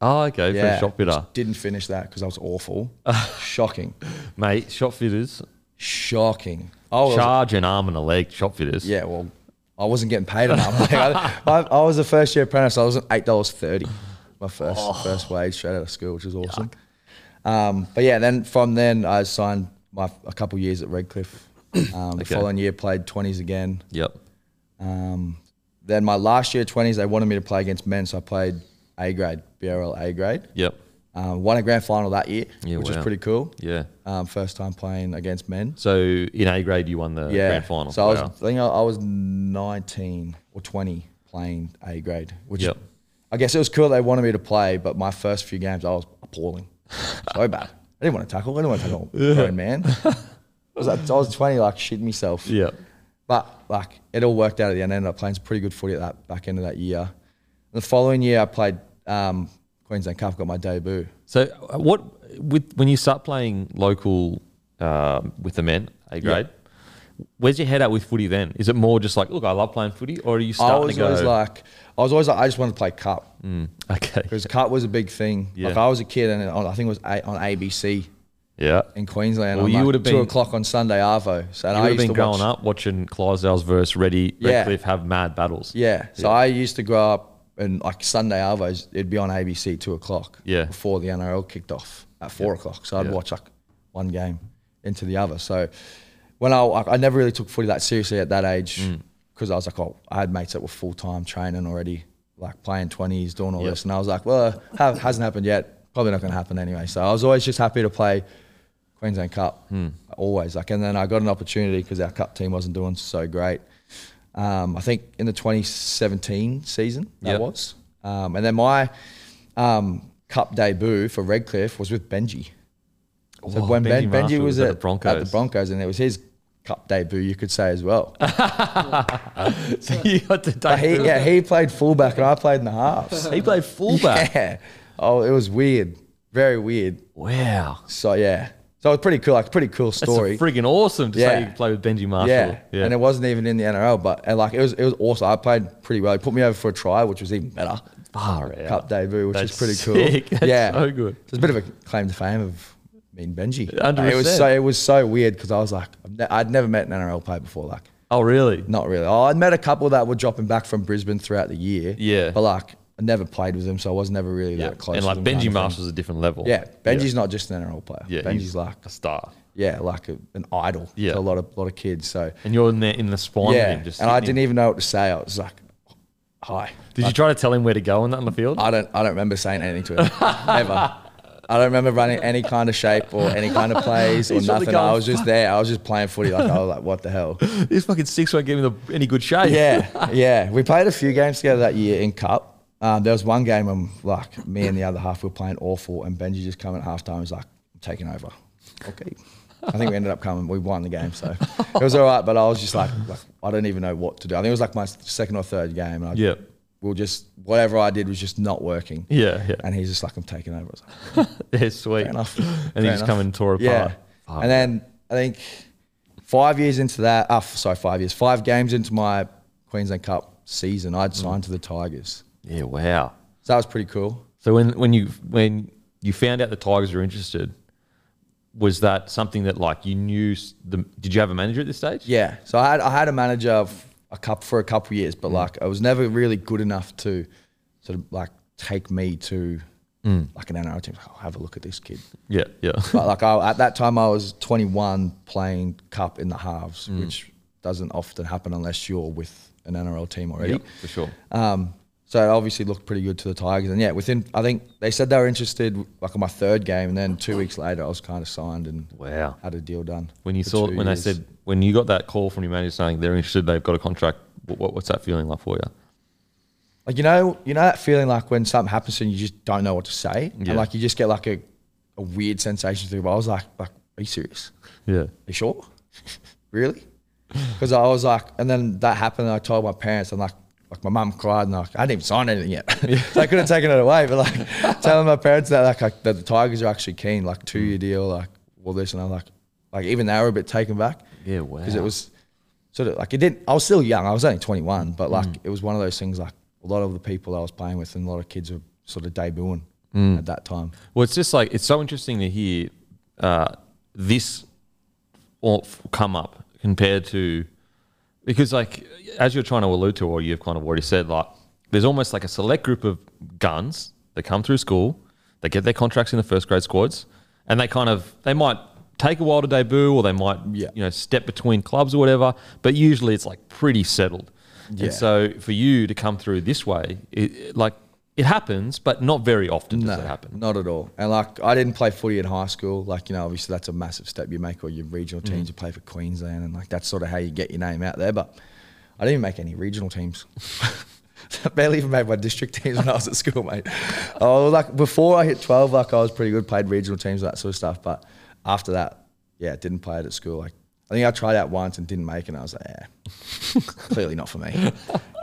Oh, okay. For a shop fitter.
Just Didn't finish that because I was
[laughs]
awful. Shocking.
Mate, shop fitters
Shocking. I was,
charge an arm and a leg, shop fitters.
yeah, well, I wasn't getting paid enough. Like, I, I, I was a first year apprentice. I was an $8.30. My first
Oh.
first wage straight out of school, which is awesome. Um, but yeah, then from then, I signed my a couple years at Redcliffe.
[clears throat]
Um, The
Okay.
following year, played 20s again.
Yep.
Um, then my last year, 20s, they wanted me to play against men, so I played A grade, BRL A grade.
Yep.
Um, won a grand final that year,
Yeah,
which
wow.
was pretty cool.
Yeah.
Um, first time playing against men.
So in A grade, you won the
Yeah.
grand final.
So I, was,
Wow.
I think I, I was 19 or 20 playing A grade, which
Yep.
I guess it was cool they wanted me to play, but my first few games, I was
[laughs]
appalling. so bad. I didn't want to tackle. I didn't want to tackle a grown man. I was, like, I was 20, like shitting myself.
Yeah.
But like it all worked out at the end. I ended up playing some pretty good footy at that back end of that year. The following year, I played um, Queensland Cup, got my debut.
So uh, what with when you start playing local um, with the men A grade, where's your head at with footy? Then is it more just like, look, I love playing footy, or are you
I
starting
was
to go?
always like, I was always like, I just wanted to play cup
Mm, [laughs]
[laughs]
okay.
because cup was a big thing.
Yeah.
Like I was a kid, and on, I think it was a, on ABC
Yeah.
in Queensland.
Well,
on,
you
like,
would have
two
been-
o'clock on Sunday Arvo. So and
You
I
would have
used
been
to
growing
watch,
up watching Clydesdales versus Ready
Yeah.
Redcliffe have mad battles.
Yeah. So I used to grow up, and like Sunday Arvos, it'd be on ABC two o'clock.
Yeah.
Before the NRL kicked off at four o'clock, so I'd
Yeah.
watch like one game into the other. So when I I I never really took footy that seriously at that age
Mm.
because I was like, oh, I had mates that were full time training already, like playing twenties, doing all
Yep.
this, and I was like, well, ha- hasn't happened yet. Probably not going to happen anyway. So I was always just happy to play. Queensland Cup,
Hmm.
always like, and then I got an opportunity because our cup team wasn't doing so great. Um, I think in the 2017 season that
Yep.
was, um, and then my um, cup debut for Redcliffe was with Benji. So
Oh,
when
Benji
Benji, ben,
Marshall
Benji was at,
Broncos.
at the Broncos, and it was his cup debut, you could say as
[laughs]
well.
[laughs] so you got to
But he, yeah, he played fullback and I played in the halves.
he played [laughs] fullback.
[laughs] Yeah. Oh, it was weird, very weird.
Wow.
So yeah, so it was pretty cool, like pretty cool
That's
story.
friggin' awesome to
Yeah.
say you can play with Benji Marshall.
Yeah. and it wasn't even in the NRL, but and like it was it was awesome. I played pretty well. He put me over for a try, which was even better.
Far out.
Cup debut, which
That's
is pretty
sick. [laughs]
cool.
That's
yeah,
so good.
It's a bit of a claim to fame of me and Benji.
100%.
It was so it was so weird because I was like, I've ne- I'd never met an NRL player before. Like,
Oh, really?
not really. Oh, I'd met a couple that were dropping back from Brisbane throughout the year.
Yeah.
but like I never played with them, so I was never really
Yeah.
that close.
And
to
like
them kind of
Benji
thing.
Marshall's a different level.
Yeah, Benji's not just an NRL player.
Yeah,
Benji's
he's-
like
a star.
yeah, like a, an idol
Yeah.
to a lot of lot of kids. So
And you're in there in the spine
yeah,
of him. Just
and I
sitting
didn't even know what to say. I was like, "Hi."
there. Did you try to tell him where to go on that on the field?
I don't. I don't remember saying anything to him [laughs] ever. I don't remember running any kind of shape or any kind
[laughs]
of plays or
He's probably
nothing. I
going,
was just there. I was just playing footy. Like I was like, "What the hell?" [laughs]
this fucking six won't give me the, any good shape.
Yeah, yeah. We played a few games together that year in cup. Um, there was one game when like me and the other half were playing awful, and Benji just come at halftime. He's like, "I'm taking over." Okay. I think we ended up coming. We won the game, so it was all right. But I was just like, like, I don't even know what to do. I think it was like my second or third game, and I
Yeah. [laughs]
we'll just whatever I did was just not working.
Yeah. Yeah.
And he's just like, I'm taking over. I was like,
yeah sweet.
Fair
[laughs]
enough.
And
Fair
he just
enough.
come and tore apart.
yeah.
Fuck.
And then I think five years into that, uh, f- sorry, five years, five games into my Queensland Cup season, I'd
Mm.
signed to the Tigers.
yeah. Wow.
So that was pretty cool.
So when when you when you found out the Tigers were interested, was that something that like you knew? s- The, did you have a manager at this stage?
Yeah. So I had I had a manager of a cup for a
Mm.
couple of years, but like I was never really good enough to sort of like take me to
Mm.
Like an NRL team, I'll have a look at this kid.
Yeah, yeah.
[laughs] But like I, at that time, I was 21 playing cup in the halves,
Mm.
which doesn't often happen unless you're with an NRL team already.
Yep, for sure.
Um, so it obviously looked pretty good to the Tigers, and yeah, within I think they said they were interested like on my third game, and then two weeks later I was kind of signed and
Wow.
had a deal done.
When you
for
saw
two
when
years.
they said when you got that call from your manager saying they're interested, they've got a contract. What, what, what's that feeling like for you?
like you know you know that feeling like when something happens to you, you just don't know what to say,
Yeah.
and like you just get like a, a weird sensation through. But I was like, like are you serious?
Yeah,
you sure? really? Because I was like, and then that happened, and I told my parents, and like, like my mum cried, and like, I didn't even sign anything yet. [laughs] so I could have taken it away, but like telling my parents that like, like that the Tigers are actually keen, like two
Mm.
year deal, like all this, and I'm like, like even they were a bit taken back.
Yeah,
Because it
wow.
was sort of like it didn't. I was still young. I was only 21, but
Mm.
like it was one of those things. Like a lot of the people I was playing with, and a lot of kids were sort of debuting
Mm.
at that time.
Well, it's just like it's so interesting to hear uh, this all f- come up compared to because, like, as you're trying to allude to, or you've kind of already said, like, there's almost like a select group of guns that come through school, they get their contracts in the first grade squads, and they kind of they might take a while to debut, or they might
Yeah.
you know step between clubs or whatever, but usually it's like pretty settled.
Yeah.
And so for you to come through this way, it, it- like it happens, but not very often does it happen.
Not at all. And like I didn't play footy in high school. Like you know, obviously that's a massive step you make, or your regional
Mm.
teams. You play for Queensland, and like that's sort of how you get your name out there. But I didn't even make any regional teams. [laughs] I barely even made my district teams when I was at school, mate. Oh, like before I hit twelve, like I was pretty good. Played regional teams, that sort of stuff. But after that, yeah, didn't play it at school. Like I think I tried out once and didn't make it. and I was like, yeah, [laughs] clearly not
[laughs]
for me.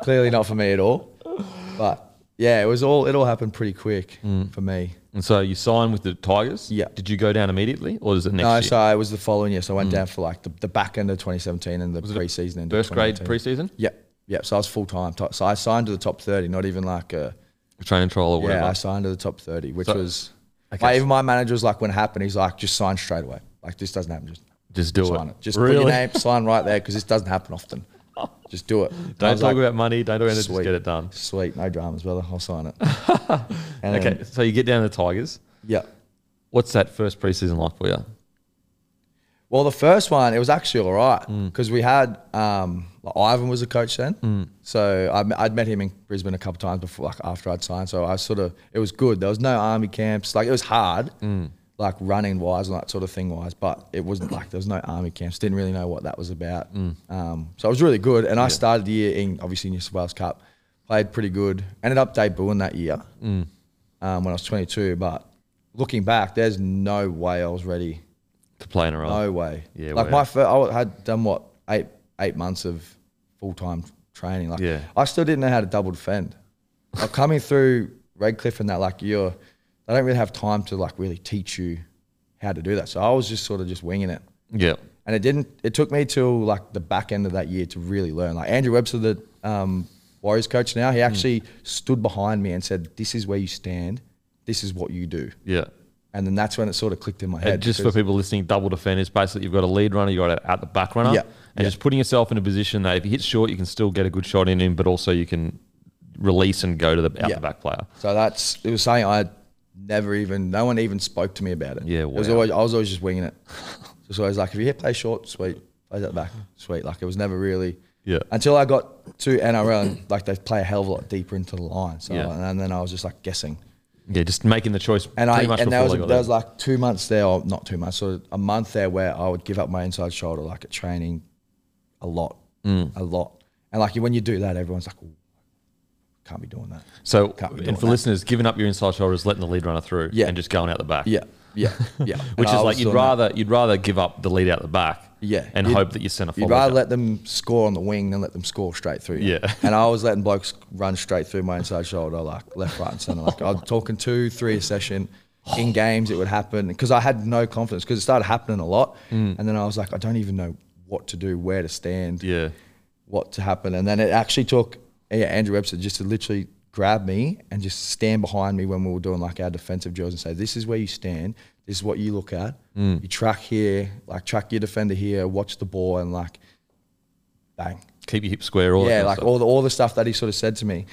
clearly not for me at all. But yeah, it was all it all happened pretty quick
Mm.
for me.
And so you sign with the Tigers.
Yeah.
Did you go down immediately, or is it next
No,
year? Mm.
so I was the following year. So I went down for like the, the back end of 2017 and the preseason. end of
First grade
2018.
preseason,
Yep, yep. So I was full time. So I signed to the top 30. Not even like a
training trial or whatever.
yeah. I signed to the top 30, which
So-
was
Okay.
like, even my manager was like, when it happened, he's like, just sign straight away. Like this doesn't happen. Just
Just do
sign
it.
it. Just put
Really?
your name, sign right there because this doesn't
[laughs]
happen often. Just do it. And I
Don't
was
talk
like,
about money. Don't do anything. Just
sweet.
get it done.
Sweet, no dramas, brother. I'll
[laughs]
sign it. And then-
Okay. So you get down to the Tigers.
yeah.
What's that first preseason like for you?
Well, the first one, it was actually all right because we had um, like Ivan was a coach then, so I'd, I'd met him in Brisbane a couple times before, like after I'd signed. So I sort of it was good. There was no army camps. Like it was hard, like running wise and that sort of thing wise, but it wasn't like there was no army camps. Didn't really know what that was about. Um, so it was really good, and I started the year in obviously New South Wales Cup, played pretty good. Ended up debuting that year um, when I was 22, but looking back, there's no way I was ready.
To play in a row.
No way.
Yeah,
Like
wow.
my first, I had done what eight eight months of full time training. Like
Yeah.
I still didn't know how to double defend. Like coming through Redcliffe and that, like you're, they don't really have time to like really teach you how to do that. So I was just sort of just winging it,
Yeah.
and it didn't. It took me till like the back end of that year to really learn. Like Andrew Webster, the um, Warriors coach now,
Hmm.
he actually stood behind me and said, "This is where you stand. This is what you do."
Yeah.
And then that's when it sort of clicked in my
And
head.
just for
because-
people listening, double defend is basically you've got a lead runner, you've got a at the back runner,
Yeah.
and
Yeah.
just putting yourself in a position that if you hit short, you can still get a good shot in him, but also you can release and go to the out
Yeah.
the back player.
So that's it was something I had never even no one even spoke to me about it.
Yeah,
it was
wow.
always I was always just winging it. [laughs] Just always like if you hit play short, sweet, plays at the back, sweet. Like it was never really
Yeah.
Until I got to NRL and like they play a hell of a lot deeper into the line. So
Yeah.
and then I was just like guessing.
Yeah, just making the choice pretty
And I
much before
and there was
they got
there
there.
was like two months there, or not two months, sort of a month there where I would give up my inside shoulder like at training, a lot,
Mm.
a lot. And like when you do that, everyone's like, "Ooh, can't be doing that.
So,
Can't be doing
and for
that.
listeners, giving up your inside shoulders, letting the lead runner through,
Yeah.
and just going out the back.
Yeah,
[laughs]
yeah, yeah. And
Which
I
is
was
like you'd
doing that.
rather you'd rather give up the lead out the back.
Yeah,
And
you'd-
hope that your centre
You'd
forward.
rather let them score on the wing than let them score straight through. you.
Yeah.
and I was letting blokes run straight through my inside shoulder, like left, right, and centre. Like I'm talking two, three a session. In games, it would happen because I had no confidence because it started happening a lot,
Mm.
and then I was like, I don't even know what to do, where to stand,
yeah.
what to happen, and then it actually took yeah, Andrew Webster just to literally grab me and just stand behind me when we were doing like our defensive drills and say, "This is where you stand. This is what you look at.
Mm.
You track here, like track your defender here, watch the ball, and like, bang,
Keep your hips square. All
yeah,
that
like
kind of
all the all the stuff that he sort of said to me,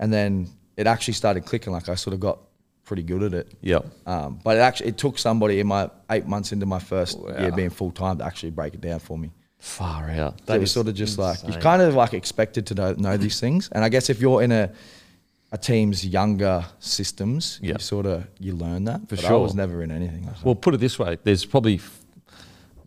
and then it actually started clicking. Like I sort of got pretty good at it.
Yeah.
Um, but it actually it took somebody in my eight months into my first year being full time to actually break it down for me.
Far out.
That
That
was
is
sort of just like
insane.
you're kind of like expected to know, know these things. And I guess if you're in a a team's younger systems,
Yeah.
you sort of you learn that. For but I
sure.
was never in anything. Like that.
Well, put it this way: there's probably, f-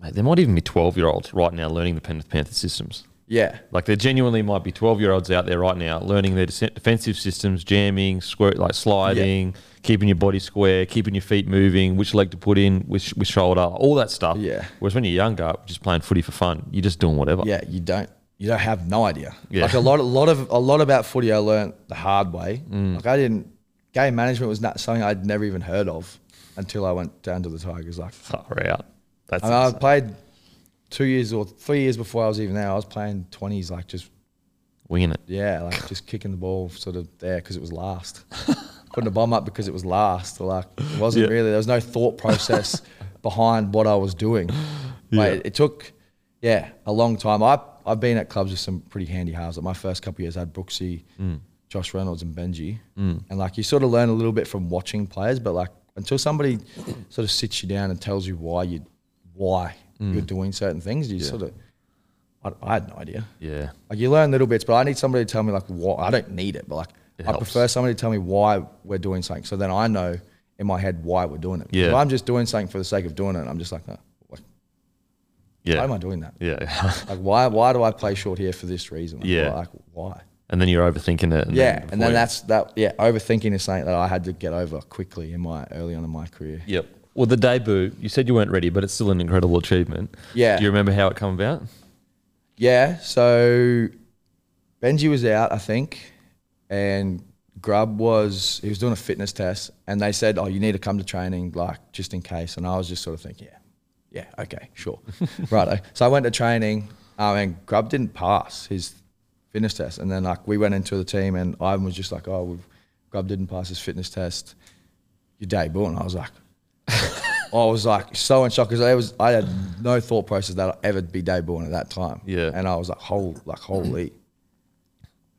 mate, there might even be twelve-year-olds right now learning the Penrith Panther systems.
yeah,
Like there genuinely might be twelve-year-olds out there right now learning their dece- defensive systems, jamming, squirt, like sliding, keeping your body square, keeping your feet moving, which leg to put in, which, which shoulder, all that stuff.
Yeah.
Whereas when you're younger, just playing footy for fun, you're just doing whatever.
yeah, you don't you don't have no idea.
Yeah.
Like a lot, a lot of a lot about footy, I learned the hard way.
Mm.
Like I didn't game management was not something I'd never even heard of until I went down to the Tigers. Like
Far out. That's
I, mean, I
insane.
played two years or three years before I was even there. I was playing twenties, like just
winging it.
yeah, like just kicking the ball sort of there because it was last. [laughs] Putting the bomb up because it was last. or, Like it wasn't
Yeah.
really. There was no
[laughs]
thought process behind what I was doing. Like,
Yeah.
it took, yeah, a long time. I I've been at clubs with some pretty handy halves. Like my first couple of years, I had Brooksy,
Mm.
Josh Reynolds, and Benji, and like you sort of learn a little bit from watching players, but like until somebody sort of sits you down and tells you why you why
Mm.
you're doing certain things, you sort of. I, I had no idea.
Yeah.
Like you learn little bits, but I need somebody to tell me like what I don't need it, but like
It
I
helps.
prefer somebody to tell me why we're doing something, so then I know in my head why we're doing it.
Yeah.
If I'm just doing something for the sake of doing it, I'm just like, no, why,
Yeah.
why am I doing that?
yeah. [laughs]
Like why why do I play short here for this reason? Like,
Yeah.
why- like why?
and then you're overthinking it. And
yeah,
Then
and then
before you-
that's that. Yeah, overthinking is something that I had to get over quickly in my early on in my career.
Yep. Well, the debut, you said you weren't ready, but it's still an incredible achievement.
Yeah.
Do you remember how it came about?
Yeah, so Benji was out, I think, and Grub was he was doing a fitness test, and they said, "Oh, you need to come to training, like just in case." And I was just sort of thinking, "Yeah, yeah, okay, sure, right." So I went to training, um, and Grub didn't pass his fitness test, and then like we went into the team, and Ivan was just like, "Oh, we've, Grub didn't pass his fitness test, your debut," and I was like. [laughs] I was like so in shock because I was I had no thought process that I'd ever be debuting at that time.
Yeah.
and I was like, "Holy, like holy!"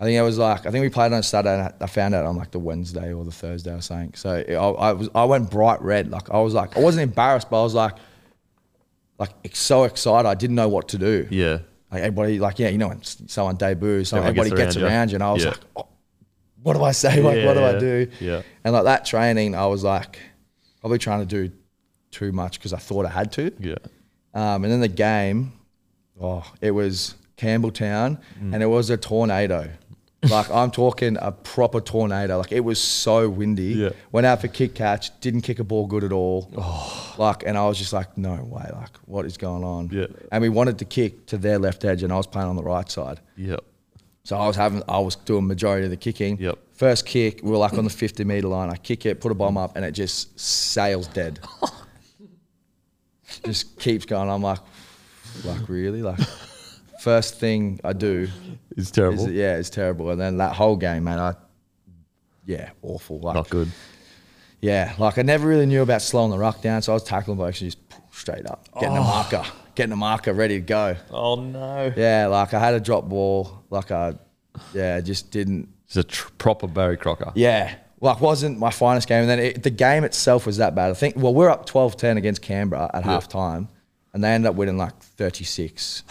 I think it was like I think we played on a Saturday. and I I found out on like the Wednesday or the Thursday or something. So it, I, I was I went bright red. Like I was like I wasn't embarrassed, but I was like like ex- so excited. I didn't know what to do.
Yeah.
Like everybody, like yeah, you know, when s- someone debuts, so
Everyone gets
everybody gets
around you.
around you, and I was
Yeah.
like, oh, what do I say? [laughs] Like, what do
Yeah.
I do?
Yeah.
And like that training, I was like, probably trying to do too much because I thought I had to.
Yeah.
Um, and then the game, oh, it was Campbelltown,
Mm.
and it was a tornado. Like I'm talking a proper tornado. Like it was so windy.
Yeah.
Went out for kick catch, didn't kick a ball good at all. Like, and I was just like, no way. Like, what is going on?
Oh. Yeah.
And we wanted to kick to their left edge, and I was playing on the right side.
Yeah.
So I was having, I was doing majority of the kicking.
Yep.
First kick, we were like on the 50 meter line. I kick it, put a bomb up, and it just sails
[laughs]
dead. just keeps going. I'm like, like really? Like, first thing I do
It's
is
terrible.
yeah, it's terrible. And then that whole game, man, I yeah, awful. Like,
Not good.
yeah, like I never really knew about slowing the ruck down, so I was tackling blokes and just straight up, getting a marker, getting a marker, ready to go.
Oh no.
Yeah, like I had a drop ball, like I, yeah, just didn't.
It's a tr- proper Barry Crocker.
Yeah. Like wasn't my finest game. And then it, the game itself was that bad. I think, well, we're up 12 10 against Canberra at half time, and they end up winning like
[laughs]
36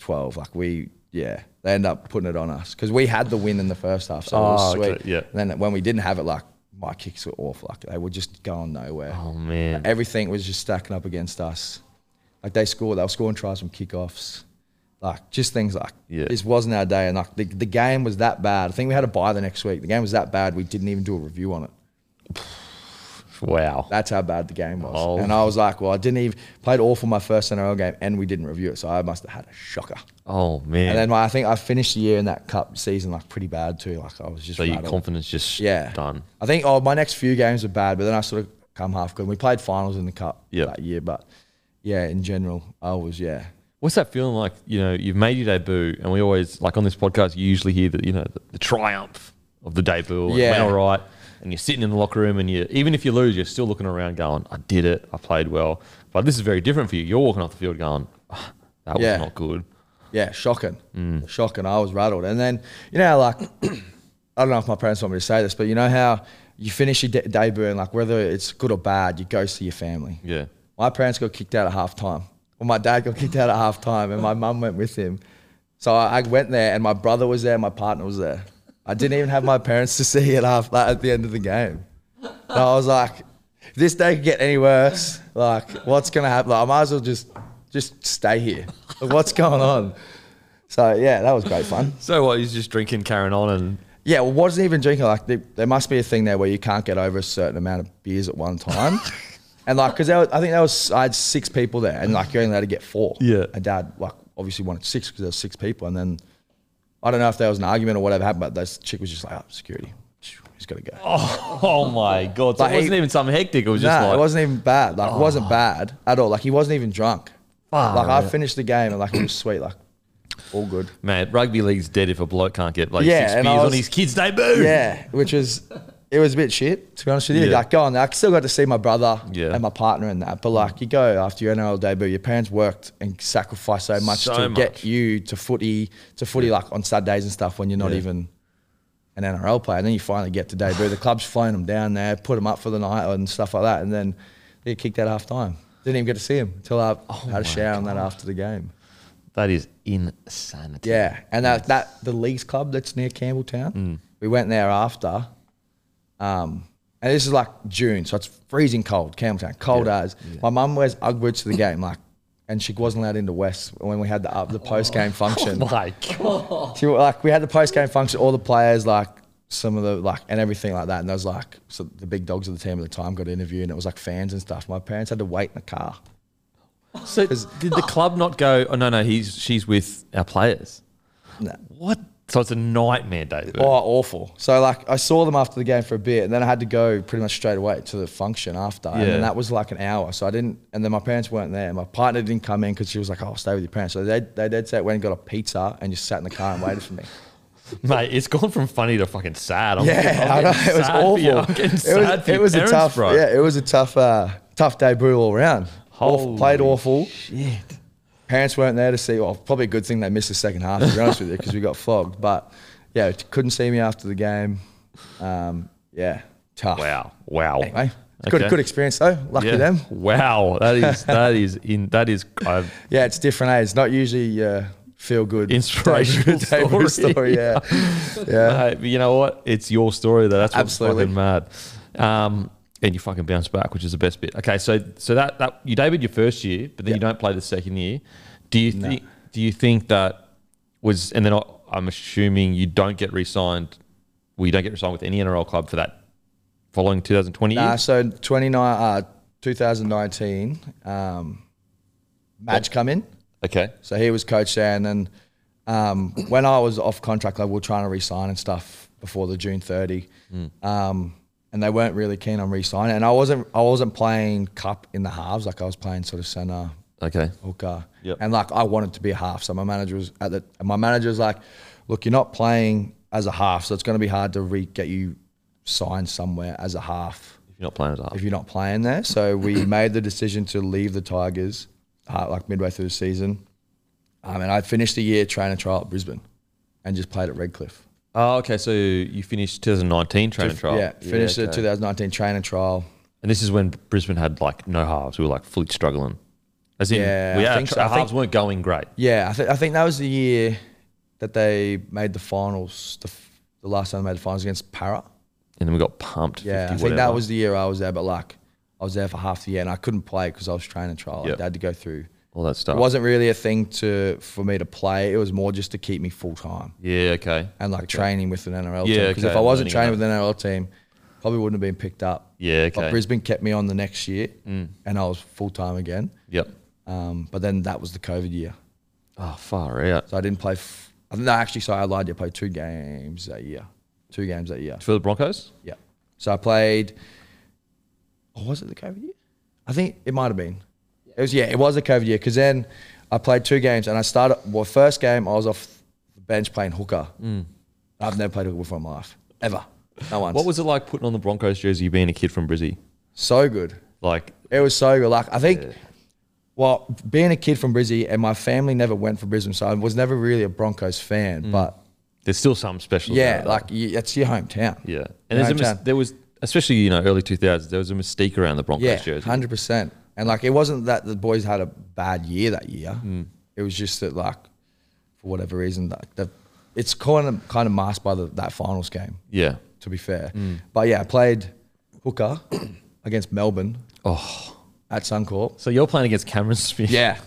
12. Like we, yeah, they end up putting it on us because we had the win in the first half. So it was
Oh,
sweet.
okay, yeah.
And then when we didn't have it, like my kicks were off. Like they were just going nowhere.
Oh man.
Everything was just stacking up against us. Like they scored, they were scoring tries from kickoffs. Like just things like
Yeah.
this wasn't our day, and like the, the game was that bad. I think we had a buy the next week. The game was that bad we didn't even do a review on it.
Wow.
That's how bad the game was.
Oh.
And I was like, well, I didn't even played awful my first NRL game, and we didn't review it, so I must have had a shocker.
Oh man.
And then my, I think I finished the year in that cup season like pretty bad too. Like I was just
so your
rattled.
confidence just
Yeah.
done.
I think oh my next few games are bad, but then I sort of come half good. We played finals in the cup
Yeah.
that year, but yeah, in general, I was yeah.
What's that feeling like? You know, you've made your debut, and we always like on this podcast. You usually hear that you know the, the triumph of the debut. and it went
Yeah.
all right, and you're sitting in the locker room, and you even if you lose, you're still looking around, going, "I did it. I played well." But this is very different for you. You're walking off the field, going, "Ah, "That
Yeah.
was not good."
Yeah, shocking.
Mm.
[clears throat] Shocking. I was rattled. And then, you know, like, I don't know if my parents want me to say this, but you know how you finish your de- debut and like whether it's good or bad, you go see your family.
Yeah.
My parents got kicked out at half time. Well, my dad got kicked out at half time and my mum went with him. So I, I went there and my brother was there, my partner was there. I didn't even have my parents to see at half like, at the end of the game. And I was like, if this day could get any worse, like what's gonna happen? Like, I might as well just just stay here. Like, what's going on? So yeah, that was great fun.
So what? He's just drinking, carrying on, and
Yeah, well, wasn't even drinking. Like, there, there must be a thing there where you can't get over a certain amount of beers at
[laughs]
one time. and like, because I think there was, I had six people there, and like, you're only allowed to get four.
Yeah.
And dad, like, obviously wanted six because there was six people. And then I don't know if there was an argument or whatever happened, but this chick was just like, oh, security. He's got to go.
oh, oh my god! So
Like,
it wasn't
he-
even something hectic. It was just Oh.
nah,
like
it wasn't even bad. Like, it wasn't bad at all. Like, he wasn't even drunk.
Far
like, I
out.
finished the game, and like, it was sweet. Like, all good.
Man, rugby league's dead if a bloke can't get like
Yeah,
six
and
beers
I
on
was-
his kid's debut.
Yeah, which was it was a bit shit to be honest with you.
Yeah.
Like, go on, I still got to see my brother
Yeah.
and my partner and that. But like, you go after your NRL debut, your parents worked and sacrificed so much
So
to get
much.
you to footy, to footy like on Saturdays and stuff when you're not
Yeah.
even an NRL player. And then you finally get to debut. The club's flown them down there, put them up for the night and stuff like that, and then they get kicked out half time. Didn't even get to see him until I
Oh
had a shower on that after the game.
That is insanity.
Yeah, and that, that the Leagues Club that's near Campbelltown. We went there after, um, and this is like June, so it's freezing cold. Campbelltown, cold as. My mum wears UGG boots to the game, like, and she wasn't allowed into West when we had the up the post
[laughs]
game function.
My god.
She, like we had the post game function, all the players like some of the like and everything like that. And there was like so the big dogs of the team at the time got interviewed, and it was like fans and stuff. My parents had to wait in the car.
So did the club not go? Oh no, no, he's she's with our players.
No.
What? So it's a nightmare, David.
Oh, awful. So like I saw them after the game for a bit, and then I had to go pretty much straight away to the function after, and
Yeah.
then that was like an hour. So I didn't, and then my parents weren't there. My partner didn't come in because she was like, "Oh, stay with your parents." So they they did say went and got a pizza and just sat in the car and waited for me.
Mate, it's gone from funny to fucking sad. I'm
yeah,
I'm
I know
getting
it
sad
was
for
awful.
you. I'm getting
It was,
sad for
it
your
was a
parents,
tough,
bro.
yeah, it was a tough, uh, tough debut all around. Awful, played
Holy
awful.
Shit.
Parents weren't there to see. Well, probably a good thing they missed the second half, to be honest with you, because we got flogged. But yeah, t- couldn't see me after the game. Um, yeah, tough.
Wow. Wow.
Anyway, it's good,
Okay.
good experience though. Lucky
Yeah.
them.
Wow. That is that is in that is I've,
Yeah, it's different. Eh? It's not usually uh, feel good
Inspirational
debut [laughs]
story. [laughs]
story. Yeah, yeah.
Mate, but you know what? It's your story though. That's what's
Absolutely.
fucking mad. Um, and you fucking bounce back, which is the best bit. Okay, so so that that you debuted your first year, but then you don't play the second year. Do you think? Do you think that was? And then I, I'm assuming you don't get re-signed. Well, you don't get re-signed with any NRL club for that following 2020
Nah,
year.
so 29, uh, 2019, um, Madge come in.
Okay.
So he was coach there, and then um, when I was off contract, like we were trying to re-sign and stuff before the June thirty, um, and they weren't really keen on re-signing. And I wasn't, I wasn't playing cup in the halves, like I was playing sort of center,
Okay.
hooker,
Yep.
and like I wanted to be a half. So my manager was at the, and my manager was like, "Look, you're not playing as a half, so it's going to be hard to re- get you signed somewhere as a half."
If you're not playing as a half.
if you're not playing there. So we
[coughs]
made the decision to leave the Tigers uh, like midway through the season. Um, and I finished the year training trial at Brisbane and just played at Redcliffe.
Oh, okay. So you finished 2019 training trial.
Yeah, finished the
okay.
2019 training trial.
And this is when Brisbane had like no halves. We were like fully struggling. As in,
Yeah,
we
I
our,
think so.
our
I think-
halves weren't going great.
Yeah, I, th- I think that was the year that they made the finals, the, f- the last time they made the finals against Para.
And then we got pumped. 50,
Yeah, I think
whatever.
that was the year I was there, but like I was there for half the year and I couldn't play because I was training trial. Like,
Yep.
They had to go through.
all that stuff.
It wasn't really a thing to for me to play. It was more just to keep me full time.
yeah, okay.
and like training with an NRL
Yeah,
team. Because
okay,
if I
learning
wasn't training with an NRL team, probably wouldn't have been picked up.
Yeah,
But
okay. Mm.
Brisbane kept me on the next year, and I was full time again.
Yep.
Um, but then that was the COVID year,
Oh, far out.
so I didn't play. F- no, actually, sorry, I lied. I played two games that year, two games that year.
For the Broncos?
Yeah. So I played. Or was it the COVID year? I think it might have been. It was yeah. It was the COVID year because then I played two games and I started. Well, first game I was off the bench playing hooker. I've never played hooker before in my life ever. No once.
Mm. What was it like putting on the Broncos jersey being a kid from Brizzy?
so good?
Like,
It was so good. Like I think.
Yeah.
Well, being a kid from Brizzy and my family never went for Brisbane, so I was never really a Broncos fan. But
Mm. there's still some special.
yeah, like you, it's your hometown.
Yeah.
Your
And there's a mis-
hometown.
there was especially you know early 2000s, there was a mystique around the Broncos
Yeah,
jersey.
hundred percent. And like, it wasn't that the boys had a bad year that year.
Mm.
It was just that, like, for whatever reason, like the, it's kind of kind of masked by the, that finals game.
Yeah.
To be fair,
Mm.
but yeah, I played hooker [coughs] against Melbourne
Oh,
at Suncorp.
so you're playing against Cameron Smith.
Yeah,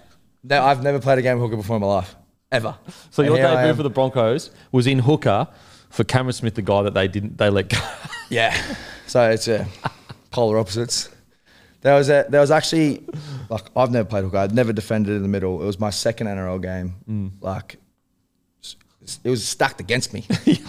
no, I've never played a game of hooker before in my life, ever.
[laughs] So
And
your
here I
debut
am.
for the Broncos was in hooker for Cameron Smith, the guy that they didn't they let go.
Yeah. So it's uh, [laughs] polar opposites. There was a, there was actually like I've never played hooker. I'd never defended in the middle. It was my second NRL game. Like s- s- it was stacked against [laughs] me,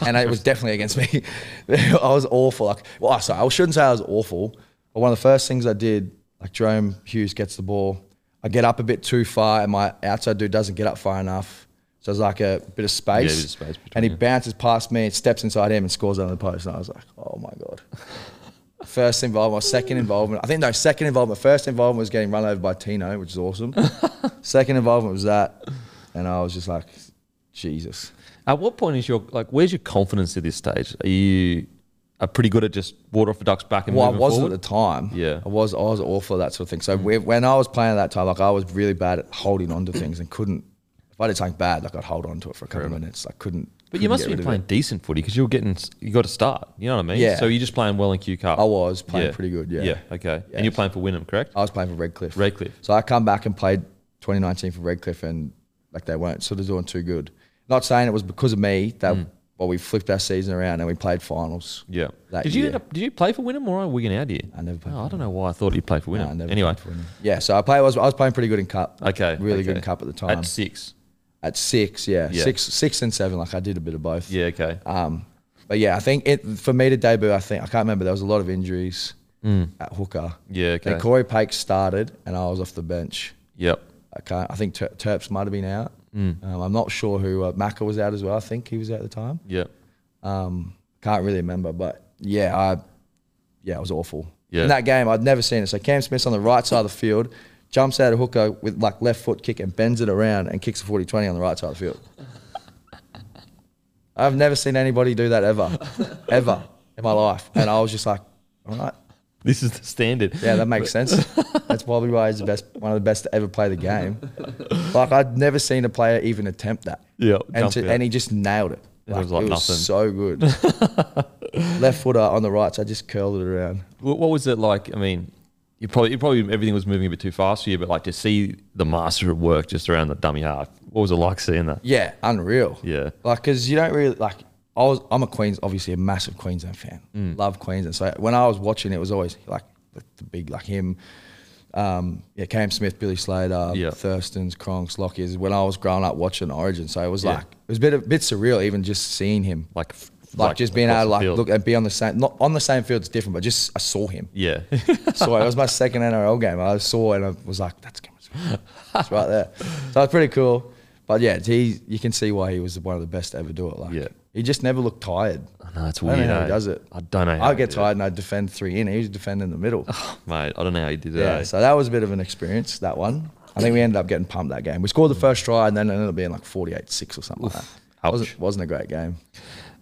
and it was definitely against me. [laughs] I was awful. Like well, sorry, I shouldn't say I was awful. But one of the first things I did, like Jerome Hughes gets the ball, I get up a bit too far, and my outside dude doesn't get up far enough. So there's like a bit of space
Yeah, there's
space.
space between
and he
you.
bounces past me and steps inside him and scores under the post. And I was like, oh my God. First involvement, second involvement. I think, no, second involvement. First involvement was getting run over by Tino, which is
[laughs]
awesome. second involvement was that. And I was just like, Jesus.
At what point is your like? Where's your confidence at this stage? Are you are pretty good at just water off a duck's back and
Well, I
moving
wasn't
forward?
at the time.
Yeah. Mm.
I was, I was awful at that sort of thing. So when- when I was playing at that time, like I was really bad at holding on to things and couldn't. If I did something bad, like I'd hold on to it for a couple of minutes. I couldn't.
But you
couldn't
must have
get rid
been
of
playing
it.
decent footy because you were getting s- you got to start. You know what I mean?
Yeah.
So you're just playing well in Q Cup.
I was playing pretty good, yeah.
Yeah. Okay.
Yeah.
And you're playing for Wynnum, correct?
I was playing for Redcliffe.
Redcliffe.
So I come back and played 2019 for Redcliffe, and like they weren't sort of doing too good. Not saying it was because of me that, but we flipped our season around and we played finals.
Mm. Yeah.
That
Did you
year.
end up? Did you play for Wynnum or are Wigan out here?
I never played
Oh,
for
I don't know why I thought you played for
No, I
Wynnum.
never
anyway.
played for Wynnum. Yeah, so I play. I was I was playing pretty good in cup.
Okay.
really good
okay.
in cup at the time.
At
At,
six.
six, yeah,
Yeah.
six six and seven. Like I did a bit of both.
Yeah. Okay.
Um, but yeah, I think it for me to debut. I think I can't remember. There was a lot of injuries at hooker.
Mm. Yeah, okay.
And Corey Pake started, and I was off the bench.
Yep.
I can't. I think Ter- Terps might have been out. Um, I'm not sure who uh, Macca was out as well. I think he was out at the time.
Yep.
Um, can't really remember, but yeah, I yeah, it was awful.
Yeah.
In that game, I'd never seen it. So Cam Smith on the right side of the field jumps out of hooker with like left foot kick and bends it around and kicks a 40-20 on the right side of the field. I've never seen anybody do that ever, ever in my life, and I was just like, all right,
This is the standard.
yeah, that makes sense.
[laughs]
That's probably why he's the best, one of the best to ever play the game. Like I'd never seen a player even attempt that.
Yeah,
and,
jump
to,
out.
and he just nailed it.
It was like nothing.
so good.
[laughs]
Left footer on the right, so I just curled it around.
What, what was it like? I mean, you probably, you probably everything was moving a bit too fast for you, but like to see the master at work just around the dummy half, what was it like seeing that?
Yeah, unreal.
Yeah.
Like, cause you don't really like. I was. I'm a Queens, obviously a massive Queensland fan.
Mm.
Love Queensland. So when I was watching, it was always like the, the big like him. Um, yeah, Cam Smith, Billy Slater,
Yeah.
Thurston's, Cronks, Lockie's. When I was growing up watching Origin, so it was
Yeah.
like it was a bit a bit surreal even just seeing him, like,
Like, f-
just being able
across
to
the
like
field.
look and be on the same not on the same field. It's different, but just I saw him.
[laughs]
[laughs]
Yeah.
So it was my second NRL game. I saw it and I was like, that's Cameron Smith. It's right there. So it's pretty cool. But yeah, he, you can see why he was one of the best to ever do it. Like,
Yeah.
he just never looked tired.
I know, it's
I don't
weird.
know how
eh?
he does it.
I don't know.
I
he
would get
did it.
tired and I would defend three in. He was defending the middle.
[sighs] Oh, Mate, I don't know how you did
yeah.
that. eh?
So that was a bit of an experience. That one. I think we ended up getting pumped that game. We scored the
Mm.
first try and then it ended up being like 48-6 or something like that.
Ouch.
Wasn't wasn't a great game.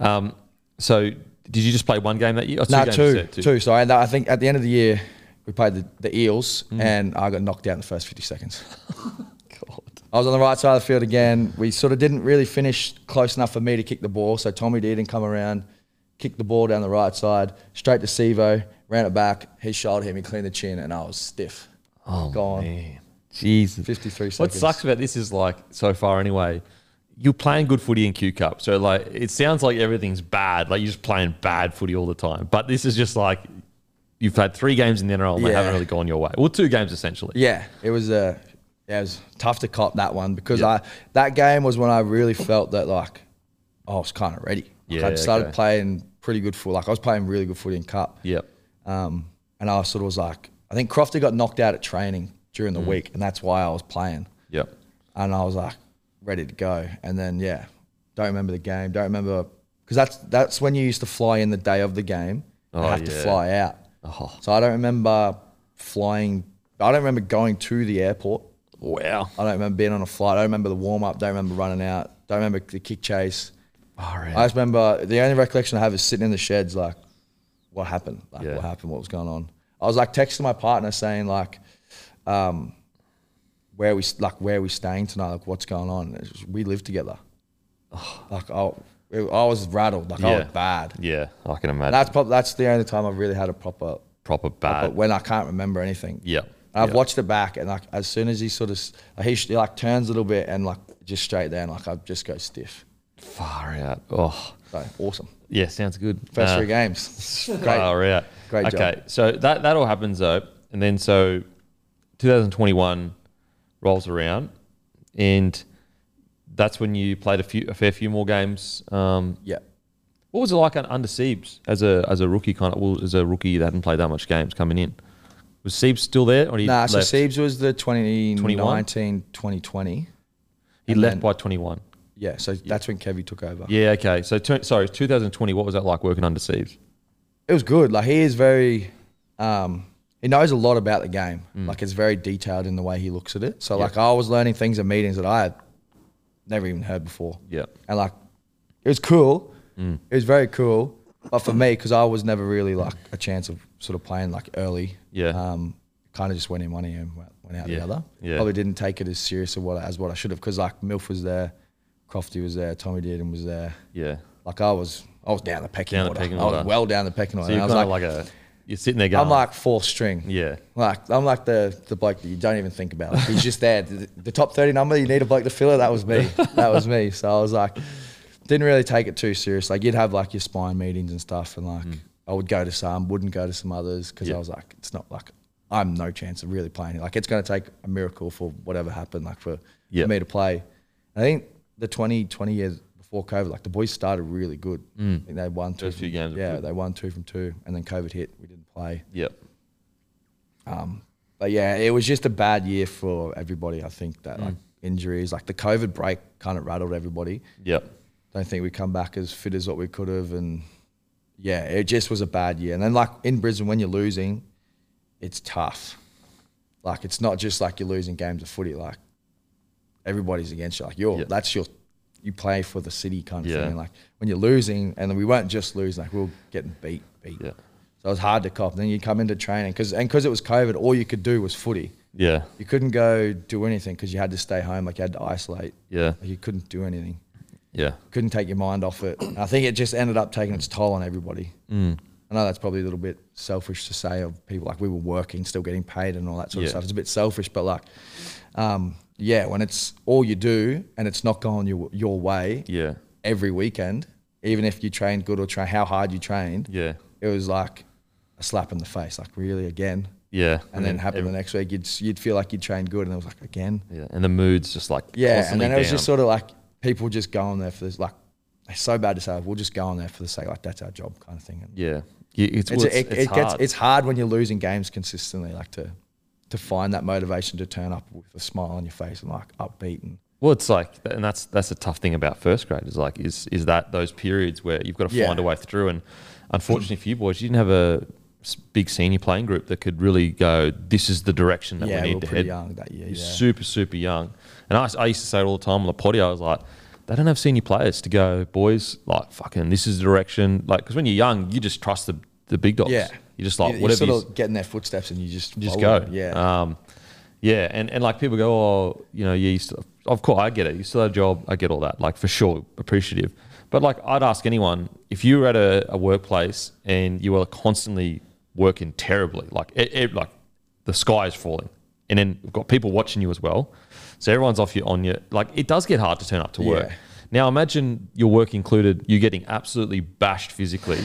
Um, so did you just play one game that year? Or two
No,
games,
two,
yeah,
two, So I, I think at the end of the year, we played the, the Eels,
Mm.
and I got knocked out in the first 50 seconds. I was on the right side of the field again. We sort of didn't really finish close enough for me to kick the ball, so Tommy did and come around, kicked the ball down the right side, straight to Sevo, ran it back. He shouldered him, he cleaned the chin, and I was stiff.
Oh,
Gone.
man. Jesus.
53 seconds.
What sucks about this is like so far anyway. You're playing good footy in Q Cup, so like it sounds like everything's bad. Like you're just playing bad footy all the time. But this is just like you've had three games in the NRL and they
Yeah.
haven't really gone your way. Well, two games essentially.
Yeah, it was uh, yeah, it was tough to cop that one because
Yeah.
I that game was when I really felt that like I was kind of ready. Like,
Yeah,
I started
okay.
playing pretty good foot. Like I was playing really good footy in cup.
Yeah.
Um, and I sort of was like, I think Crofty got knocked out at training during
Mm.
the week, and that's why I was playing.
Yeah.
And I was like, ready to go. And then yeah, don't remember the game. Don't remember because that's that's when you used to fly in the day of the game. and
Oh,
have to
yeah.
fly out.
Oh,
So I don't remember flying. I don't remember going to the airport.
wow.
I don't remember being on a flight. I don't remember the warm up. Don't remember running out. Don't remember the kick chase. I just remember the only recollection I have is sitting in the sheds, like what happened, like
Yeah.
what happened, what was going on. I was like texting my partner saying like, um, where we like where we staying tonight, like what's going on. It's just- we live
[sighs]
together. Like I, I was rattled, like I
Yeah.
was bad.
Yeah, I can imagine.
That's prob- that's the only time I've really had a proper,
proper
but
bad.
when I can't remember anything.
Yeah.
And I've
yeah.
watched it back, and like as soon as he sort of s- like, he, sh- he like turns a little bit and like just straight down, like I just go stiff.
far out. Oh,
So awesome.
yeah, sounds good.
First
Uh, [laughs]
three games. Great.
Far out.
Great job.
Okay, so that that all happens though, and then so 2021 rolls around, and that's when you played a few a fair few more games. Um,
Yeah.
what was it like un- under Siebes as a as a rookie kind of well, as a rookie that hadn't played that much games coming in? Was Siebes still there or he
Nah,
left?
so Siebes was the
21?
2019, 2020.
he
and
left
then-
by 21.
Yeah, so that's when Kevy took over.
Yeah, okay. So tu- sorry, 2020. What was that like working under Siebes?
It was good. Like he is very, um, he knows a lot about the game.
Mm.
Like it's very detailed in the way he looks at it. So like I was learning things at meetings that I had never even heard before.
Yeah. Mm.
and like it was cool. It was very cool, but for me, because I was never really like a chance of sort of playing like early.
Yeah.
Um, kind of just went in one ear and went went out
Yeah.
the other.
Yeah.
Probably didn't take it as serious of what as what I should have because like Milf was there, Crofty was there, Tommy Dearden was there.
Yeah.
Like I was, I was down the pecking
Down the
order.
pecking
I was
order.
well down the pecking order.
So you're
I was
kind of like, a you're sitting there going.
I'm like fourth string.
Yeah.
Like I'm like the the bloke that you don't even think about. He's just there. The, the top thirty number, you need a bloke to fill it. That was me. That was me. So I was like, didn't really take it too serious. Like you'd have like your spine meetings and stuff, and like I would go to some, wouldn't go to some others because
Mm. Yeah.
I was like, it's not like I'm no chance of really playing. Like it's going to take a miracle for whatever happened. Like for,
Yeah.
for me to play. I think the 2020 years before COVID, like the boys started really good. I think they won two
First
from-
Mm. few games were
Yeah,
good.
they won two from two, and then COVID hit. We didn't play.
Yep.
But yeah, it was just a bad year for everybody. I think that like injuries, like the COVID break, kind of rattled everybody.
Yep.
Don't think we come back as fit as what we could have, and yeah, it just was a bad year. And then like in Brisbane, when you're losing, it's tough. Like it's not just like you're losing games of footy. Like everybody's against you. Like you're
Yeah.
that's your you play for the city kind of
Yeah.
thing. And like when you're losing, and we weren't just losing. Like we were getting beat, beat.
Yeah.
So it was hard to cop. Then you come into training because and because it was COVID, all you could do was footy
Yeah.
you couldn't go do anything because you had to stay home. Like you had to isolate.
Yeah.
Like you couldn't do anything.
Yeah.
Couldn't take your mind off it. And I think it just ended up taking its toll on everybody. Mm. I know that's probably a little bit selfish to say of people like we were working, still getting paid, and all that sort
Yeah.
of stuff. It's a bit selfish, but like, um, yeah, when it's all you do and it's not going your your way
Yeah.
every weekend, even if you trained good or train how hard you trained,
Yeah.
it was like a slap in the face. Like really again.
Yeah.
And, then, happened
every-
the next week, you'd you'd feel like you trained good, and it was like again.
Yeah. And the mood's just like
Yeah, and
constantly
then it was just
down.
sort of like people just going there for this, like it's so bad to say, we'll just go on there for the sake, like that's our job kind of thing. And
yeah. yeah. It's
it's,
well, it's,
it,
it's
it
hard.
gets it's hard when you're losing games consistently, like to to find that motivation to turn up with a smile on your face and like upbeat and
well, it's like, and that's that's a tough thing about first grade is like is is that those periods where you've got to
Yeah.
find a way through, and unfortunately for you boys, you didn't have a s- big senior playing group that could really go. This is the direction that
yeah,
we
we
need
were
to
pretty
head.
young that year.
You're
Yeah.
super, super young. And I, I used to say it all the time on the potty. I was like, they don't have senior players to go, boys, like, fucking, this is the direction. Like, because when you're young, you just trust the, the big dogs.
yeah,
You're just like,
You- you
whatever
sort
you,
of get in their footsteps and you just
you just
follow
go.
them. Yeah,
Um, yeah. And, and like people go, oh, you know, yeah, you still, of course, I get it. You still have a job. I get all that. Like, for sure, appreciative. But like, I'd ask anyone if you were at a, a workplace and you were constantly working terribly, like, it, it, like the sky is falling. And then we've got people watching you as well. So everyone's off you on you. Like, it does get hard to turn up to work.
Yeah.
Now, imagine your work included, you getting absolutely bashed
[laughs]
physically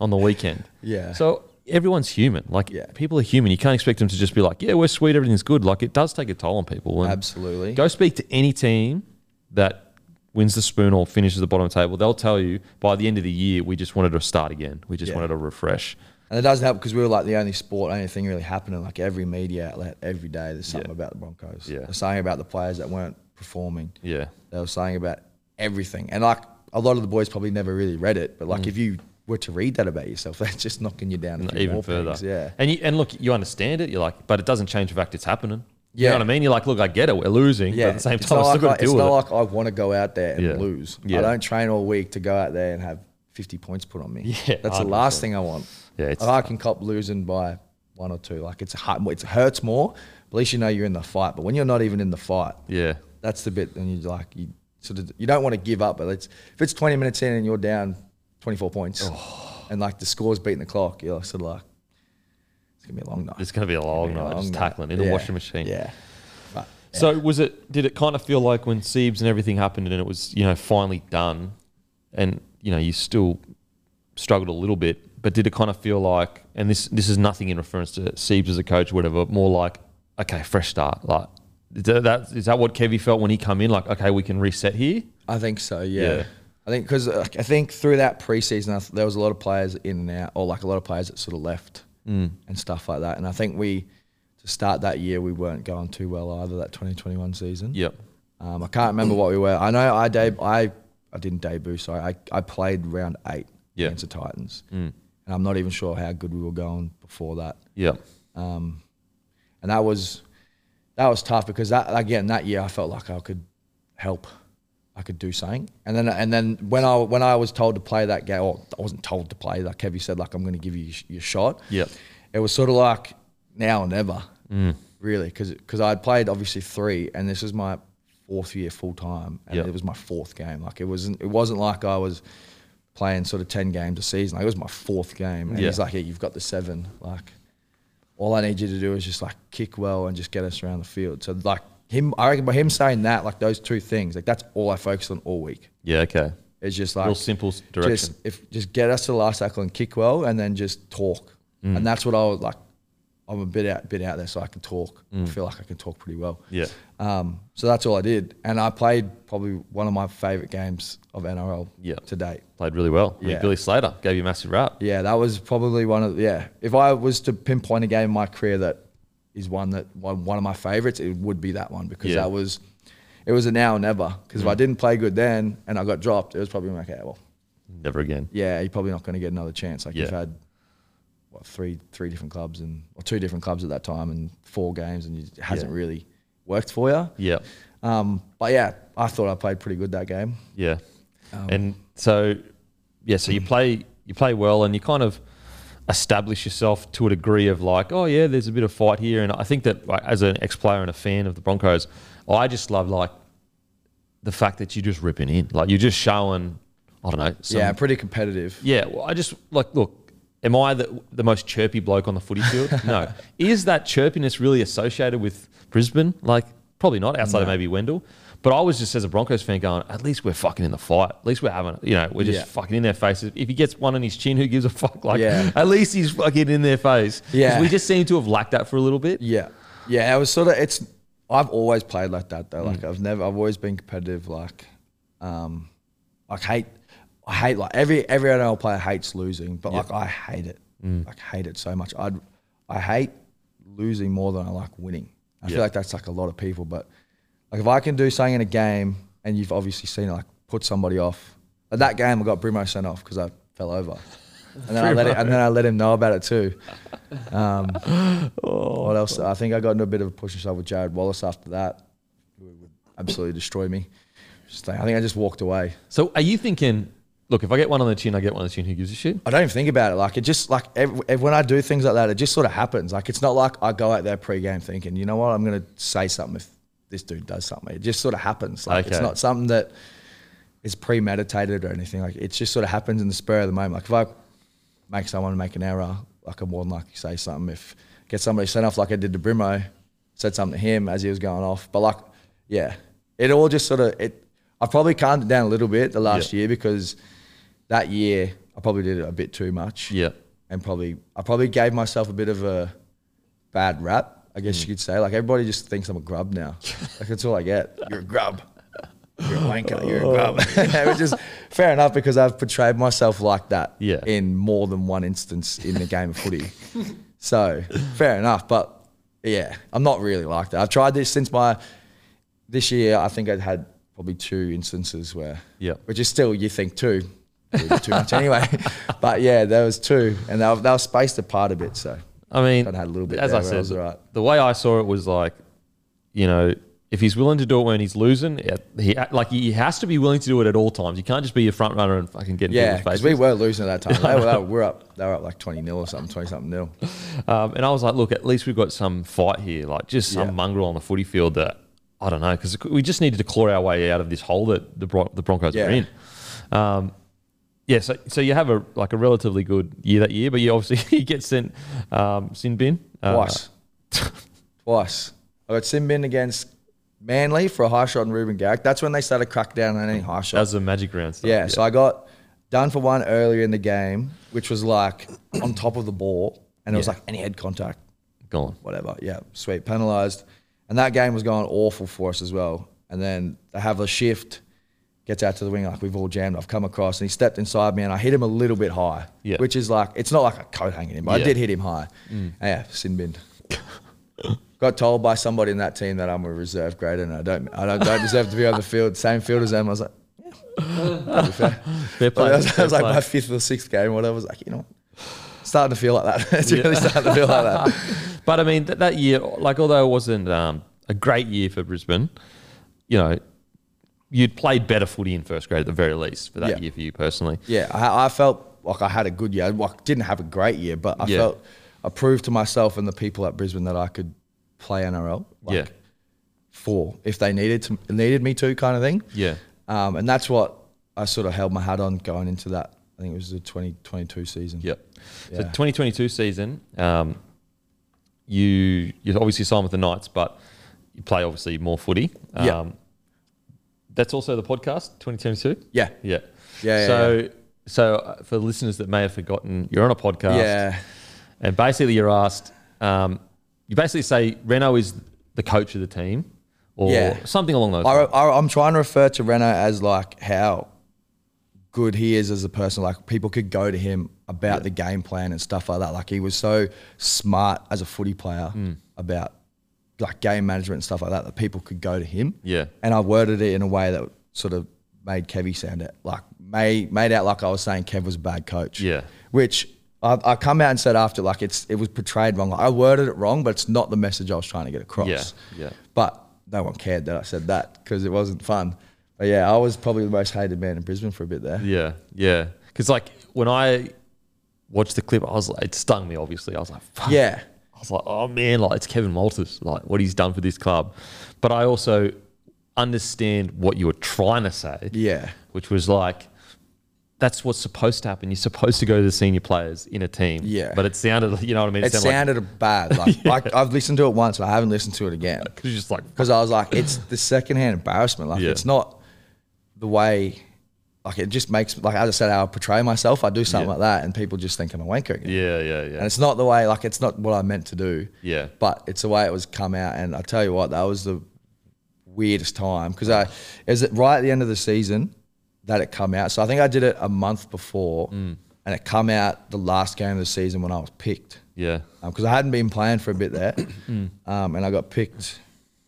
on the weekend.
Yeah.
So everyone's human. Like
Yeah.
people are human. You can't expect them to just be like, yeah, we're sweet, everything's good. Like it does take a toll on people. And
absolutely.
Go speak to any team that wins the spoon or finishes the bottom of the table. They'll tell you by the end of the year, we just wanted to start again. We just
Yeah.
wanted to refresh.
And it doesn't help because we were like the only sport, only thing really happening. Like every media outlet, every day, there's something
Yeah.
about the Broncos.
Yeah.
There's something about the players that weren't performing.
Yeah.
They were saying about everything. And like a lot of the boys probably never really read it, but like
Mm.
if you were to read that about yourself, [laughs] that's just knocking you down a few
Even
more
further.
pegs, Yeah.
And you, and look, you understand it. You're like, but it doesn't change the fact it's happening. You
Yeah.
know what I mean? You're like, look, I get it. We're losing. But at the same
It's
time, I
not
still
like,
got
I-
to deal
it's
with
not
it.
like I want to go out there and
Yeah.
lose.
Yeah.
I don't train all week to go out there and have 50 points put on me.
Yeah,
That's the
100%.
last thing I want.
Yeah, it's-
I can cop losing by one or two. Like it's hard, it hurts more. But at least you know you're in the fight. But when you're not even in the fight,
Yeah.
that's the bit. And you like you sort of you don't want to give up. But it's if it's 20 minutes in and you're down 24 points,
Oh.
and like the score's beating the clock, you're sort of like it's gonna be a long night.
It's going to be a long night,
Long
just
night.
tackling in the
Yeah.
washing machine.
Yeah. But
So was it? Did it kind of feel like when Siebes and everything happened and it was you know finally done, and you know you still struggled a little bit, but did it kind of feel like? And this this is nothing in reference to Siebes as a coach, or whatever. More like okay, fresh start. Like is that- that is that what Kevy felt when he come in? Like okay, we can reset here.
I think so. Yeah.
Yeah.
I think because I think through that preseason, I th- there was a lot of players in and out, or like a lot of players that sort of left
Mm.
and stuff like that. And I think we to start that year, we weren't going too well either that 2021 season.
Yep.
Um, I can't remember what we were. I know I deb- I I didn't debut. Sorry, I, I played round eight
Yeah.
against the Titans, and I'm not even sure how good we were going before that.
Yep.
Um, and that was that was tough because that again that year I felt like I could help, I could do something. And then and then when I when I was told to play that game, or I wasn't told to play. Like Kevy said, like I'm going to give you your sh- your shot.
Yep.
It was sort of like now or never, really, because I had played obviously three, and this was my fourth year full time, and
Yep.
it was my fourth game. Like it wasn't it wasn't like I was playing sort of ten games a season. Like it was my fourth game, and
Yeah.
he's like, "Yeah, you've got the seven. Like all I need you to do is just like kick well and just get us around the field. So like him, I reckon by him saying that, like those two things, like that's all I focused on all week.
Yeah. Okay.
It's just like
Real simple s- direction.
Just, if just get us to the last tackle and kick well, and then just talk.
Mm.
And that's what I was like. I'm a bit out, bit out there, so I can talk. I feel like I can talk pretty well.
Mm. Yeah.
Um, so that's all I did, and I played probably one of my favorite games of NRL
Yeah.
to date.
Played really well. I mean,
Yeah.
Billy Slater gave you a massive rap.
Yeah, that was probably one of yeah. If I was to pinpoint a game in my career that is one that one one of my favorites, it would be that one because
Yeah. Mm.
that was it was a now or never. Because if I didn't play good then and I got dropped, it was probably like, okay, well,
Never again.
yeah, you're probably not going to get another chance. Like
Yeah.
you've had what three three different clubs and or two different clubs at that time and four games and it hasn't
Yeah.
really worked for you.
Yeah.
Um, but yeah, I thought I played pretty good that game.
Yeah. and so yeah, so you play you play well and you kind of establish yourself to a degree of like, oh yeah, there's a bit of fight here. And I think that like, as an ex player and a fan of the Broncos, I just love like the fact that you're just ripping in. Like you're just showing I don't know, some
yeah, pretty competitive.
yeah, well, I just like look. Am I the the most chirpy bloke on the footy
[laughs]
field? No. Is that chirpiness really associated with Brisbane? Like, probably not. Outside of maybe Wendell. But I was just as a Broncos fan going, at least we're fucking in the fight. At least we're having, you know, we're just
Yeah.
fucking in their faces. If he gets one on his chin, who gives a fuck? Like,
Yeah.
at least he's fucking in their face. 'Cause
Yeah.
we just seem to have lacked that for a little bit.
Yeah, yeah. It was sort of it's. I've always played like that though.
Mm.
Like I've never. I've always been competitive. Like, um, like hate. I hate like every every NRL player hates losing, but like I hate it.
Mm.
Like hate it so much. I would I hate losing more than I like winning. I
Yeah.
feel like that's like a lot of people, but like if I can do something in a game, and you've obviously seen it, like put somebody off. Like that game, I got Brimo sent off because I
[laughs]
fell over, and then I let it, and then I let him know about it too. What else? I think I got into a bit of a push and shove with Jared Wallace after that. Who would absolutely destroy me. Just think- I think I just walked away.
So are you thinking, look, if I get one on the chin, I get one on the chin. Who gives a shit?
I don't even think about it. Like it just like ev ev- when I do things like that, it just sort of happens. Like it's not like I go out there pre-game thinking, you know what, I'm gonna say something if this dude does something. It just sort of happens. Like it's
Okay.
not something that is premeditated or anything. Like it just sort of happens in the spur of the moment. Like if I make someone make an error, like I'm more than likely to say something. If get somebody sent off like I did to Brimo, said something to him as he was going off. But like, yeah, it all just sort of it. I probably calmed it down a little bit the last
Yeah.
year because that year I probably did it a bit too much.
Yeah.
and probably I probably gave myself a bit of a bad rap. I guess you could say like everybody just thinks I'm a grub [laughs] now. like that's all I get. You're a grub. You're a wanker. You're a [laughs] grub. Which is fair enough because I've portrayed myself like that
Yeah.
in more than one instance in the game of footy. so fair enough, but yeah, I'm not really like that. I've tried this since my this year. I think I'd had probably two instances where
Yeah.
which is still you think two, probably too much anyway. [laughs] But yeah, there was two, and they were, they were spaced apart a bit. So
I mean,
I'd had a little bit
As
there
I
where I
said,
was all right.
the way I saw it was like, you know, If he's willing to do it when he's losing, it- he like he has to be willing to do it at all times. You can't just be your front runner and fucking get in
Yeah,
people's
because
faces.
we were losing at that time. They were, they were up. They were up like twenty nil or something, twenty something nil.
Um, and I was like, look, at least we've got some fight here, like just some
Yeah.
mongrel on the footy field that I don't know, because we just needed to claw our way out of this hole that the, Bron- the Broncos
Yeah.
were in. Um, yeah, so, so you have a like a relatively good year that year, but you obviously [laughs] you get sent um, sin bin uh,
Twice. Twice. I got Simbin against Manly for a high shot and Ruben Garrick. That's when they started crack down on any high
That
shots.
was the magic round stuff.
Yeah, so I got done for one earlier in the game, which was like on top of the ball, and it was
Yeah.
like any head contact,
gone.
whatever. Yeah, sweet, penalised. And that game was going awful for us as well. And then they have a shift, gets out to the wing, like we've all jammed. I've come across, and he stepped inside me, and I hit him a little bit high,
Yeah.
which is like, it's not like a coat hanging him, but
Yeah. Mm.
I did hit him high. Yeah, sin bin. Got told by somebody in that team that I'm a reserve grade and I don't, I don't, don't deserve to be on the field, same field as them. I was like,
[laughs] Fair play.
but that was, that
fair
was like
play.
my fifth or sixth game. Whatever. I was like, you know, starting to feel like that. [laughs] it's
Yeah.
really starting to feel like
[laughs]
that.
But I mean, that, that year, like, although it wasn't um, a great year for Brisbane, you know, you'd played better footy in first grade at the very least for that
Yeah.
year for you personally.
Yeah, I, I felt like I had a good year. Well, I didn't have a great year, but I
Yeah.
felt I proved to myself and the people at Brisbane that I could play NRL. Like,
yeah.
for if they needed to needed me to kind of thing.
Yeah.
Um, and that's what I sort of held my hat on going into that. I think it was the 2022 season.
Yep. So
Yeah.
2022 season, um, you you obviously signed with the Knights, but you play obviously more footy. Um,
Yeah.
That's also the podcast 2022.
Yeah.
Yeah.
Yeah, yeah,
so so uh, for listeners that may have forgotten, you're on a podcast.
Yeah.
And basically, you're asked. Um, you basically say Reno is the coach of the team, or
Yeah.
something along those.
I,
lines.
I, I'm trying to refer to Reno as like how good he is as a person. Like people could go to him about the game plan and stuff like that. Like he was so smart as a footy player
Hmm.
about like game management and stuff like that that people could go to him.
Yeah.
And I worded it in a way that sort of made Kevy sound it like made made out like I was saying Kev was a bad coach.
Yeah.
Which I, I come out and said after like it's it was portrayed wrong. Like, I worded it wrong, but it's not the message I was trying to get across.
Yeah, yeah.
But no one cared that I said that because it wasn't fun. But yeah, I was probably the most hated man in Brisbane for a bit there.
Yeah, yeah. Because like when I watched the clip, I was like, it stung me. Obviously, I was like, fuck.
Yeah.
I was like, oh man, like it's Kevin Walters, like what he's done for this club. But I also understand what you were trying to say.
Yeah.
Which was like, that's what's supposed to happen. You're supposed to go to the senior players in a team.
Yeah.
But it sounded, you know what I mean? [laughs]
It sounded bad. Like,
Yeah.
like I've listened to it once and I haven't listened to it again
like, it was just like,
because I was like, it's the secondhand embarrassment. Like
Yeah.
it's not the way. Like it just makes like as I said, I portray myself. I do something
Yeah.
like that, and people just think I'm a wanker again.
yeah, yeah,
And
yeah.
it's not the way, like, it's not what I meant to do.
Yeah.
But it's the way it was come out. And I tell you what, that was the weirdest time because I, is it right at the end of the season that it come out? So I think I did it a month before
Mm.
and it come out the last game of the season when I was picked
Yeah.
because Um, I hadn't been playing for a bit
[coughs]
there. um, and I got picked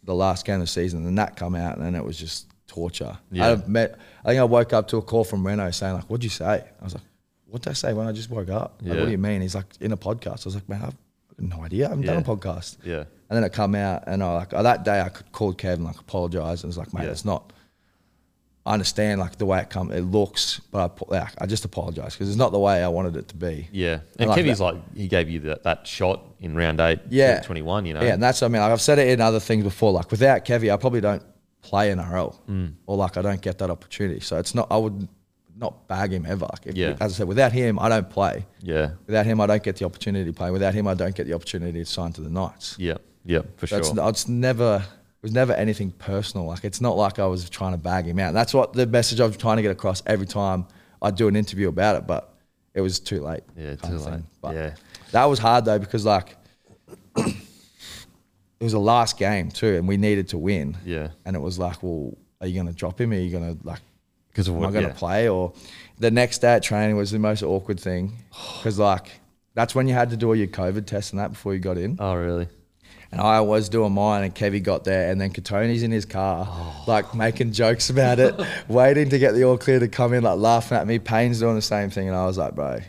the last game of the season and that come out and then it was just torture.
Yeah.
I met, I think I woke up to a call from Reno saying like, what'd you say? I was like, what did I say when I just woke up? Like,
Yeah.
what do you mean? He's like, in a podcast. I was like, man, I've no idea. I haven't done
Yeah.
a podcast.
Yeah.
And then it come out and I like, that day I called Kev and like apologized and was like, mate,
Yeah.
it's not, I understand like the way it come, it looks, but I, po- like, I just apologize because it's not the way I wanted it to be.
Yeah. And
like
Kevy's
that.
like, he gave you that, that shot in round eight,
Yeah.
21, you know?
Yeah, and that's I mean like, I've said it in other things before. Like without Kevy, I probably don't play NRL
Mm.
or like I don't get that opportunity. So it's not I would not bag him ever. Like, if-
Yeah.
As I said, without him, I don't play.
Yeah.
Without him, I don't get the opportunity to play. Without him, I don't get the opportunity to sign to the Knights.
Yeah. Yeah. For
That's
sure.
it's never it was never anything personal. Like it's not like I was trying to bag him out. That's what the message I'm trying to get across every time I do an interview about it. But it was too late.
Yeah,
kind of
too late.
thing. But
Yeah.
that was hard though because like [clears throat] it was the last game too, and we needed to win.
Yeah.
and it was like, well, are you going to drop him? Are you going to like?
Because of
am
what?
I going to
yeah.
play? Or the next day at training was the most awkward thing because like that's when you had to do all your COVID tests and that before you got in.
Oh, really?
And I was doing mine, and Kevy got there, and then Katoni's in his car, like making jokes about it, waiting to get the all clear to come in, like laughing at me. Payne's doing the same thing, and I was like, bro.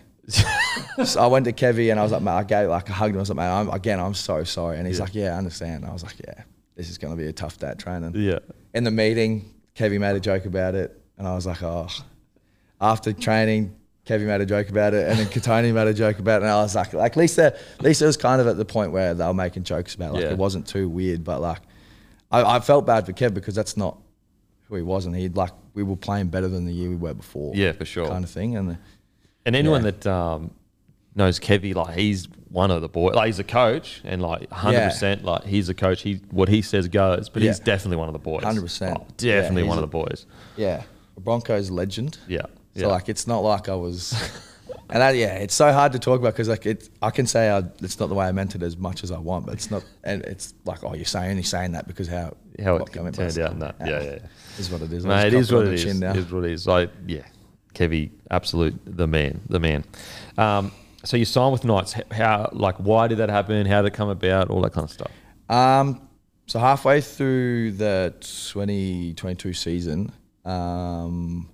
so I went to Kevy and I was like, mate, I gave like I hugged him. I was like, mate, I'm, again, I'm so sorry. And he's like, yeah, I understand. I was like, yeah, this is going to be a tough day at training.
Yeah.
In the meeting, Kevy made a joke about it, and I was like, oh. After training, Kevy made a joke about it, and then Katoni made a joke about it, and I was like, like at least that, at least it was kind of at the point where they were making jokes about, it. like
Yeah.
it wasn't too weird, but like, I, I felt bad for Kev because that's not who he was, and he'd like we were playing better than the year we were before,
Yeah, for sure.
kind of thing, and. The,
And anyone
Yeah.
that um, knows Kevy, like he's one of the boys. Like he's a coach, and like hundred percent, like he's a coach. He what he says goes. But he's
Yeah.
definitely one of the boys.
100%.
Oh, definitely
Yeah,
one
he's
of the boys.
Yeah, a Broncos legend.
Yeah, yeah.
So like, it's not like I was, [laughs] and that, yeah, it's so hard to talk about because like it, I can say I, it's not the way I meant it as much as I want, but it's not, and it's like, oh, you're saying only saying that because how
How it
what I meant by
turned
saying
out, no,
that.
yeah, yeah, yeah.
is what it is.
No,
I'm
it
just
is what it
copping on the
is.
chin now.
It is what it is. Like yeah, Kevy, absolute the man, the man. Um, so you signed with Knights. H- How like why did that happen? How did it come about? All that kind of stuff.
Um, so halfway through the 2022 season, um,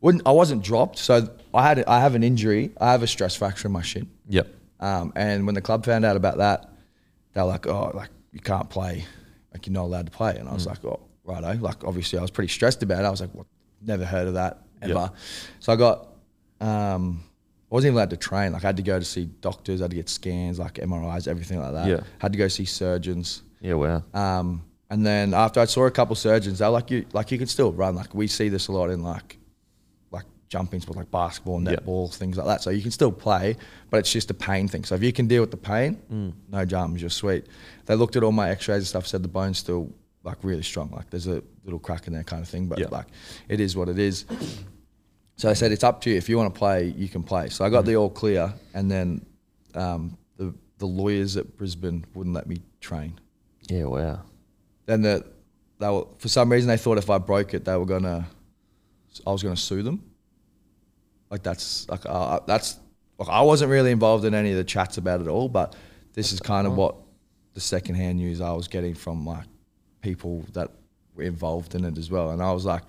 wouldn't I wasn't dropped. So I had I have an injury. I have a stress fracture in my shin.
Yep.
Um, and when the club found out about that, they were like, "Oh, like you can't play, like you're not allowed to play." And I was like, "Oh, righto." Like obviously, I was pretty stressed about it. I was like, "What? Never heard of that ever." So I got, um, I wasn't even allowed to train. Like I had to go to see doctors. I had to get scans, like MRIs, everything like that.
Yeah.
Had to go see surgeons.
Yeah. Wow.
Um, and then after I saw a couple surgeons, they're like, you like you can still run. Like we see this a lot in like like jumping sports, like basketball,
Yeah.
netball, things like that. So you can still play, but it's just a pain thing. So if you can deal with the pain,
Mm.
no jumps, you're sweet. They looked at all my X-rays and stuff, said the bone's still like really strong. Like there's a little crack in there, kind of thing. But
Yeah.
like it is what it is. [clears throat] So I said, it's up to you. If you want to play, you can play. So I
Mm-hmm.
got the all clear, and then um, the the lawyers at Brisbane wouldn't let me train
Yeah. Wow.
then the they were for some reason they thought if I broke it they were gonna I was gonna sue them. Like that's like uh, that's like I wasn't really involved in any of the chats about it at all, but this is kind of what the secondhand news I was getting from like people that were involved in it as well, and I was like,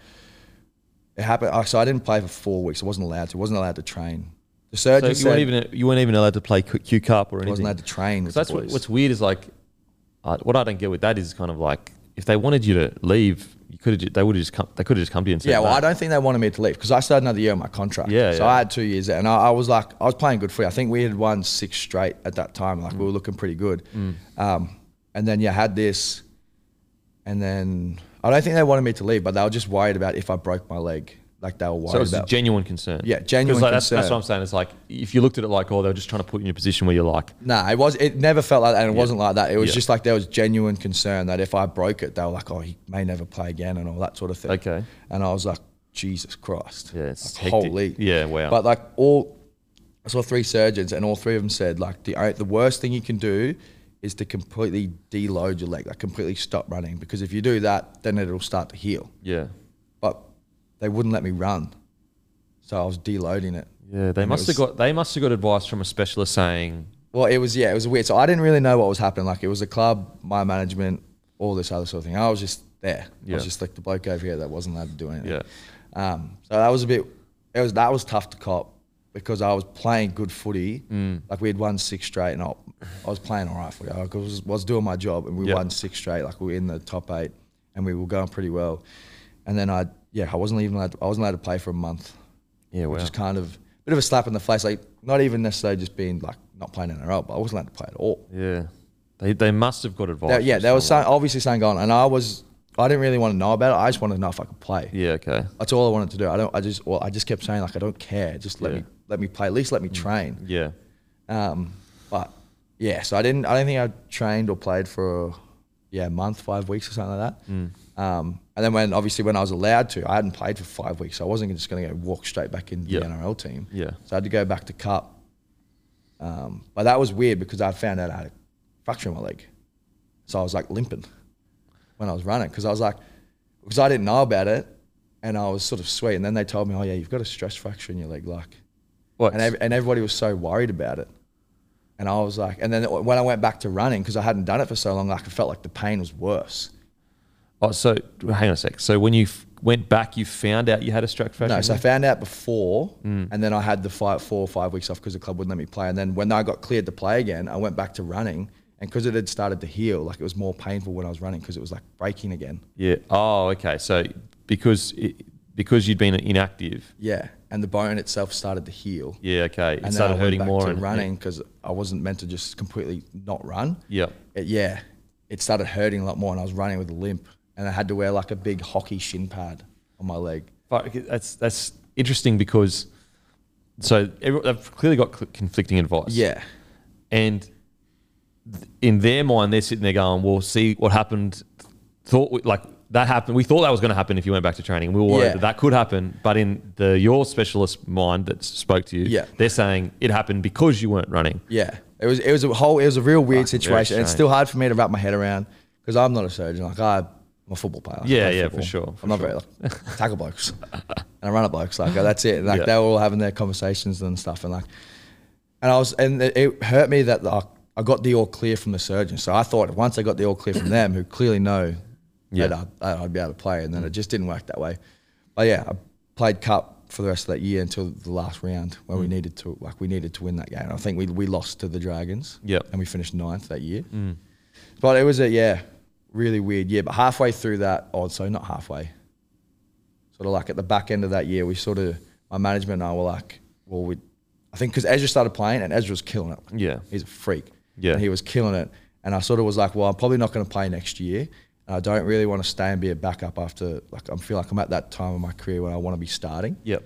it happened. uh, So I didn't play for four weeks. I wasn't allowed to. wasn't allowed to train. The
So
surgeon
you
said
weren't even you weren't even allowed to play Q, Q Cup or
I
anything.
wasn't allowed to train. With
So that's
the
what,
boys.
what's weird is like, I what I don't get with that is kind of like if they wanted you to leave, you could have they would have just come they could have just come to you and said,
Yeah, well,
"No."
I don't think they wanted me to leave because I started another year on my contract.
Yeah,
so
yeah.
I had two years there, and I, I was like, I was playing good free. I think we had won six straight at that time. Like we
Mm.
were looking pretty good. Um, and then yeah, had this, and then I don't think they wanted me to leave, but they were just worried about if I broke my leg. Like they were worried
So it's a
about.
genuine concern.
Yeah, genuine
'Cause, like, that's- That's,
concern.
what I'm saying. It's like if you looked at it like, oh, they were just trying to put you in a position where you're like,
Nah, it was. It never felt like that, and it wasn't like that. It was
Yeah.
just like there was genuine concern that if I broke it, they were like, "Oh, he may never play again," and all that sort of thing.
Okay.
And I was like, "Jesus Christ!"
Yeah, it's
like,
hectic.
holy.
Yeah, wow.
But like all, I saw three surgeons, and all three of them said like the o- the worst thing you can do is to completely deload your leg, like completely stop running, because if you do that, then it'll start to heal.
yeah,
But they wouldn't let me run, so I was deloading it.
yeah, they
And it
must
was-
have got they must have got advice from a specialist saying,
Well, it was yeah, it was weird. So I didn't really know what was happening. Like it was the club, my management, all this other sort of thing. I was just there. I
Yeah.
was just like the bloke over here that wasn't allowed to do anything.
yeah,
Um, so that was a bit. It was that was tough to cop because I was playing good footy.
Mm.
Like we had won six straight, and I, I was playing all right footy. I was, was doing my job, and we
Yeah.
won six straight. Like we were in the top eight, and we were going pretty well. And then I yeah, I wasn't even allowed. To, I wasn't allowed to play for a month
yeah, wow,
which is kind of a bit of a slap in the face. Like not even necessarily just being like not playing NRL, but I wasn't allowed to play at all.
yeah, they they must have got advice.
There- yeah,
from
there was
someone.
some, obviously something going, on, and I was I didn't really want to know about it. I just wanted to know if I could play.
yeah, okay,
That's all I wanted to do. I don't. I just. Well, I just kept saying like I don't care. Just let
Yeah. Mm.
me let me play. At least let me train.
yeah,
Um, but yeah, so I didn't. I don't think I trained or played for yeah a month, five weeks or something like that.
Hmm.
Um, and then when obviously when I was allowed to, I hadn't played for five weeks. So I wasn't just going to go walk straight back into
Yeah.
the NRL team.
Yeah.
So I had to go back to cup. Um, but that was weird because I found out I had a fracture in my leg, so I was like limping when I was running because I was like because I didn't know about it. And I was sort of sweet, and then they told me, "Oh yeah, you've got a stress fracture in your leg, like."
what?
and, ev- and everybody was so worried about it. And I was like, and then when I went back to running because I hadn't done it for so long, like I felt like the pain was worse.
oh, so hang on a sec. So when you f- went back, you found out you Mm. had a stress fracture.
No, so I found out before, and then I had the five, four or five weeks off because the club wouldn't let me play. And then when I got cleared to play again, I went back to running, And because it had started to heal, like it was more painful when I was running because it was like breaking again.
Yeah. Oh, okay. So because it, because you'd been inactive.
Yeah, and the bone itself started to heal.
Yeah. Okay. It
and then I
started
went
hurting
back
more
to
and
running because I wasn't meant to just completely not run.
Yeah.
It- yeah, it started hurting a lot more, and I was running with a limp, and I had to wear like a big hockey shin pad on my leg.
Fuck, that's that's interesting because so every- they've clearly got cl- conflicting advice.
Yeah,
and th- in their mind they're sitting there going well see what happened thought we, like that happened we thought that was going to happen if you went back to training we were worried
Yeah.
that that could happen but in the your specialist mind that s- spoke to you
Yeah.
they're saying it happened because you weren't running
yeah. It was it was a whole it was a real weird
Fucking very
situation, and it's
strange.
still hard for me to wrap my head around because I'm not a surgeon. Like I, I'm a football player. Like, I
Yeah,
play
yeah, for
football.
sure, for
I'm not very like, I tackle blokes, and I run at blokes. Like that's it.
[laughs]
Like
Yeah.
they were all having their conversations and stuff, and like, and I was and it- it hurt me that like, I got the all clear from the surgeon. So I thought once I got the all clear from them, who clearly know
Yeah.
that, I, that I'd be able to play, and then it just didn't work that way. But yeah, I played cup for the rest of that year until the last round when
Mm.
we needed to like we needed to win that game. And I think we we lost to the Dragons.
Yep. Mm.
and we finished ninth that year. But it was a yeah, really weird year. But halfway through that, oh, so not halfway, sort of like at the back end of that year, we sort of my management and I were like, well, we, I think because Ezra started playing and Ezra was killing it. Like,
Yeah.
he's a freak.
Yeah.
and he was killing it. And I sort of was like, well, I'm probably not going to play next year. And I don't really want to stay and be a backup after like I feel like I'm at that time of my career when I want to be starting.
yep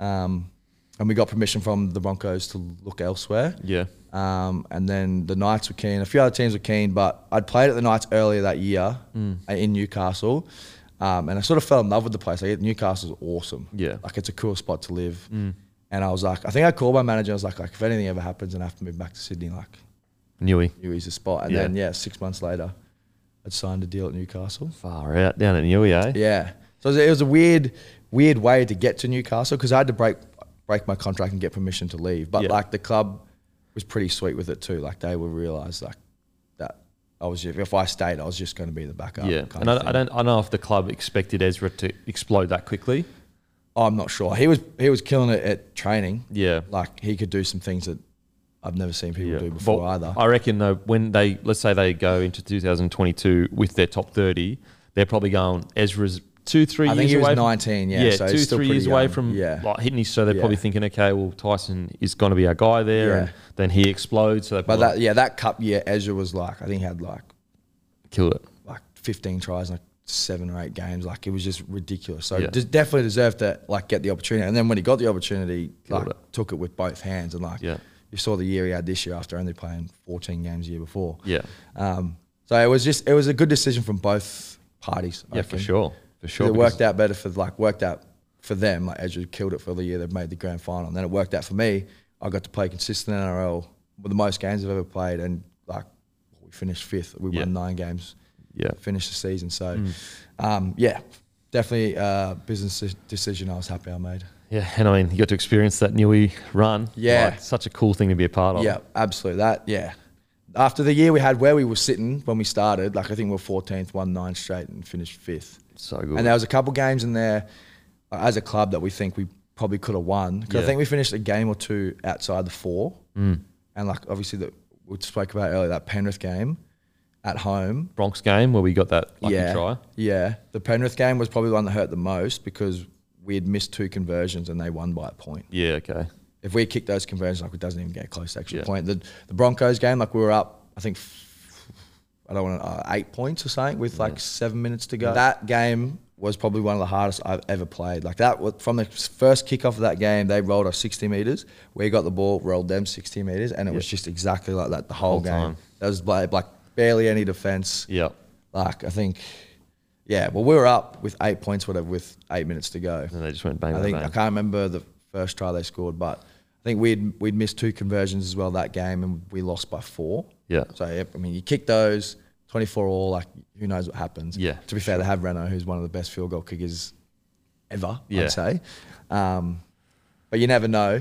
Um, and we got permission from the Broncos to look elsewhere.
yeah
Um, and then the Knights were keen. A few other teams were keen, but I'd played at the Knights earlier that year
Mm.
uh, in Newcastle. Um, and I sort of fell in love with the place. Like, Newcastle's awesome.
Yeah. Mm.
Like, it's a cool spot to live. And I was like, I think I called my manager. I was like, like if anything ever happens and I have to move back to Sydney, like,
Newey
Newey's a spot. And
Yeah.
then, yeah, six months later, I'd signed a deal at Newcastle.
far out down at Newey eh
Yeah. So it was, it was a weird, weird way to get to Newcastle because I had to break break my contract and get permission to leave. But
Yeah.
like the club was pretty sweet with it too. Like they would realize like that I was if I stayed, I was just going to be the backup.
yeah
kind
and
of
I, I
thing.
don't I know if the club expected Ezra to explode that quickly
Oh, I'm not sure. He was he was killing it at training.
yeah
Like he could do some things that I've never seen people do
But
before either.
I reckon though, when they let's say they go into 2022 with their top 30, they're probably going Ezra's two, three
I
years
think he was
away. from-
19, yeah, so he's
two,
still
three
pretty
years away
young,
from
yeah.
like hitting his. So they're
Yeah.
probably thinking, okay, well Tyson is going to be our guy there, and
Yeah.
then he explodes. So they
But
probably
that yeah, that cup year, Ezra was like I think he had like
kill it.
like 15 tries in like seven or eight games. Like it was just ridiculous. So
Yeah.
de- definitely deserved to like get the opportunity. And then when he got the opportunity,
Killed
like took it with both hands. And like
Yeah.
you saw the year he had this year after only playing 14 games a year before.
Yeah,
Um, so it was just it was a good decision from both parties. I
yeah, for
reckon.
sure, for sure.
It
because-
worked out better for like worked out for them. Like Edge killed it for the year they made the grand final, and then it worked out for me. I got to play consistent NRL with the most games I've ever played, and like we finished fifth. We
Yeah.
won nine games.
Yeah. Mm.
to finish the season. So, um, yeah, definitely a business de- decision. I was happy I made.
Yeah, and I mean, you got to experience that Newey run.
Yeah.
Like, such a cool thing to be a part of.
Yeah, absolutely. That yeah. After the year we had where we were sitting when we started, like I think we were 14th, won nine straight, and finished fifth.
so good.
And there was a couple games in there uh, as a club that we think we probably could have won. 'Cause
Yeah. Mm.
I think we finished a game or two outside the four. And like obviously that we spoke about earlier, that Penrith game at home.
Bronx game where we got that lucky
yeah.
try.
Yeah. The Penrith game was probably the one that hurt the most because we had missed two conversions and they won by a point.
Yeah, okay.
If we kicked those conversions, like it doesn't even get close to actual
Yeah.
point. The the Broncos game, like we were up, I think f- I don't want to, uh, eight points or something with like seven minutes to go. That game was probably one of the hardest I've ever played. Like that was from the first kickoff of that game, they rolled us 60 meters. We got the ball, rolled them 60 meters, and it was just exactly like that the whole, game.
time.
There was like, like barely any defense.
Yeah.
Like I think, yeah. Well, we were up with eight points, whatever, with eight minutes to go.
And they just went bang,
I
bang,
think
bang.
I can't remember the first try they scored, but I think we'd we'd missed two conversions as well that game, and we lost by four.
Yeah.
So yep, I mean, you kick those twenty four all, like who knows what happens.
Yeah,
To be fair, they have Renault, who's one of the best field goal kickers ever.
Yeah.
I'd say. Um, but you never know.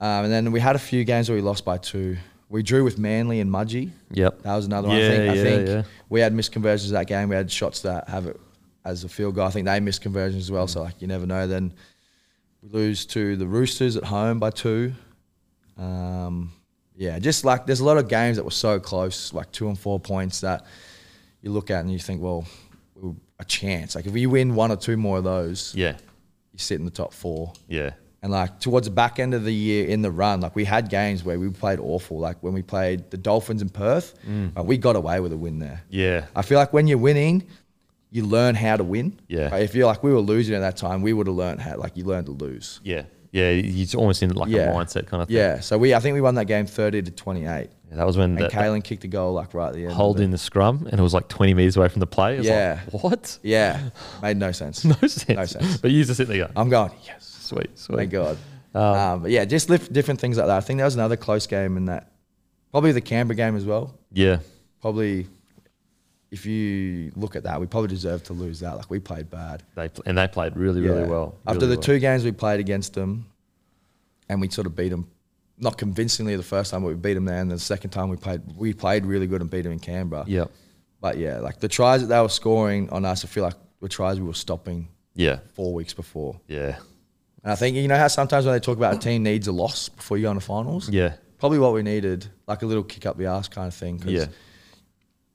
Um, and then we had a few games where we lost by two. We drew with Manly and Mudgee.
Yep.
That was another one.
Yeah,
I think,
yeah,
I think
yeah.
we had missed conversions that game. We had shots that have it as a field goal. I think they missed conversions as well. So like you never know. Then we lose to the Roosters at home by two. Um, Yeah, just like there's a lot of games that were so close, like two and four points, that you look at and you think, well, a chance. Like if we win one or two more of those,
Yeah.
you sit in the top four.
Yeah.
And like towards the back end of the year in the run, like we had games where we played awful. Like when we played the Dolphins in Perth, like, we got away with a win there.
Mm. Yeah.
I feel like when you're winning, you learn how to win.
Yeah.
Like, if you're like we were losing at that time, we would have learned how. Like you learn to lose.
Yeah. Yeah. It's almost in like
Yeah.
a mindset kind of thing.
Yeah. So we, I think we won that game thirty to twenty eight,
Yeah, That was when
and
the,
Kalen kicked a goal like right at the end. of
hold
it.
in the scrum and it was like 20 meters away from the play. It was
Yeah.
Like, what? [laughs]
Yeah, made no sense.
No sense.
No sense.
But you just sit there going,
I'm going. Yes.
sweet, sweet.
Thank God. Um,
uh,
but yeah, just lift different things like that. I think that was another close game in that. Probably the Canberra game as well.
Yeah.
Probably, if you look at that, we probably deserved to lose that. Like we played bad.
They pl- and they played really, really
Yeah.
well.
After
really
the
well.
two games we played against them, and we sort of beat them, not convincingly the first time, but we beat them there. And the second time we played, we played really good and beat them in Canberra.
Yeah.
But yeah, like the tries that they were scoring on us, I feel like were tries we were stopping
Yeah.
four weeks before.
Yeah.
And I think you know how sometimes when they talk about a team needs a loss before you go into finals.
Yeah.
Probably what we needed, like a little kick up the ass kind of thing. 'cause
Yeah.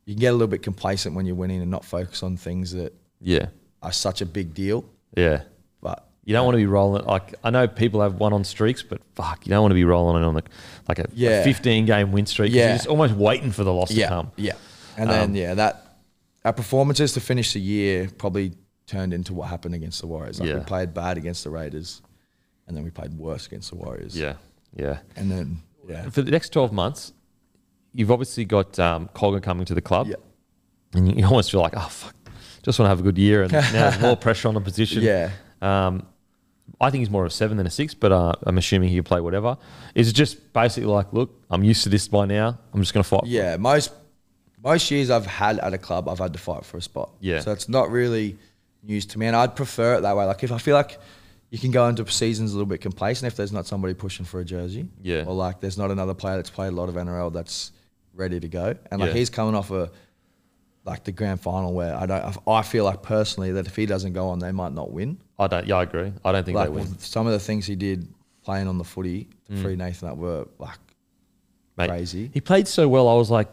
You get a little bit complacent when you're winning and not focus on things that
Yeah.
are such a big deal.
Yeah.
But
You don't want to be rolling like I know people have one on streaks, but fuck, you don't want to be rolling on like like a, a
Yeah.
fifteen game win streak. 'cause You're
Yeah.
just almost waiting for the loss to come.
Yeah. And then yeah, that our performances to finish the year probably turned into what happened against the Warriors. Like we
Yeah.
played bad against the Raiders and then we played worse against the Warriors.
Yeah, yeah.
And then yeah.
For the next twelve months, you've obviously got um, Colgan coming to the club,
Yeah.
and you- you almost feel like, oh fuck, just want to have a good year, and now there's
[laughs]
more pressure on the position.
Yeah.
Um, I think he's more of a seven than a six, but uh, I'm assuming he'll play whatever. Is it just basically like, look, I'm used to this by now. I'm just going to fight.
Yeah, most most years I've had at a club, I've had to fight for a spot.
Yeah.
so it's not really news to me, and I'd prefer it that way. Like if I feel like you can go into seasons a little bit complacent if there's not somebody pushing for a jersey.
Yeah.
or like there's not another player that's played a lot of NRL that's ready to go, and like
Yeah.
he's coming off a like the grand final where I don't. I feel like personally that if he doesn't go on, they might not win.
I don't. Yeah, I agree. I don't think
Like
they win, Mm.
with some of the things he did playing on the footy to free Nathan that were like
mate.
crazy.
He played so well. I was like,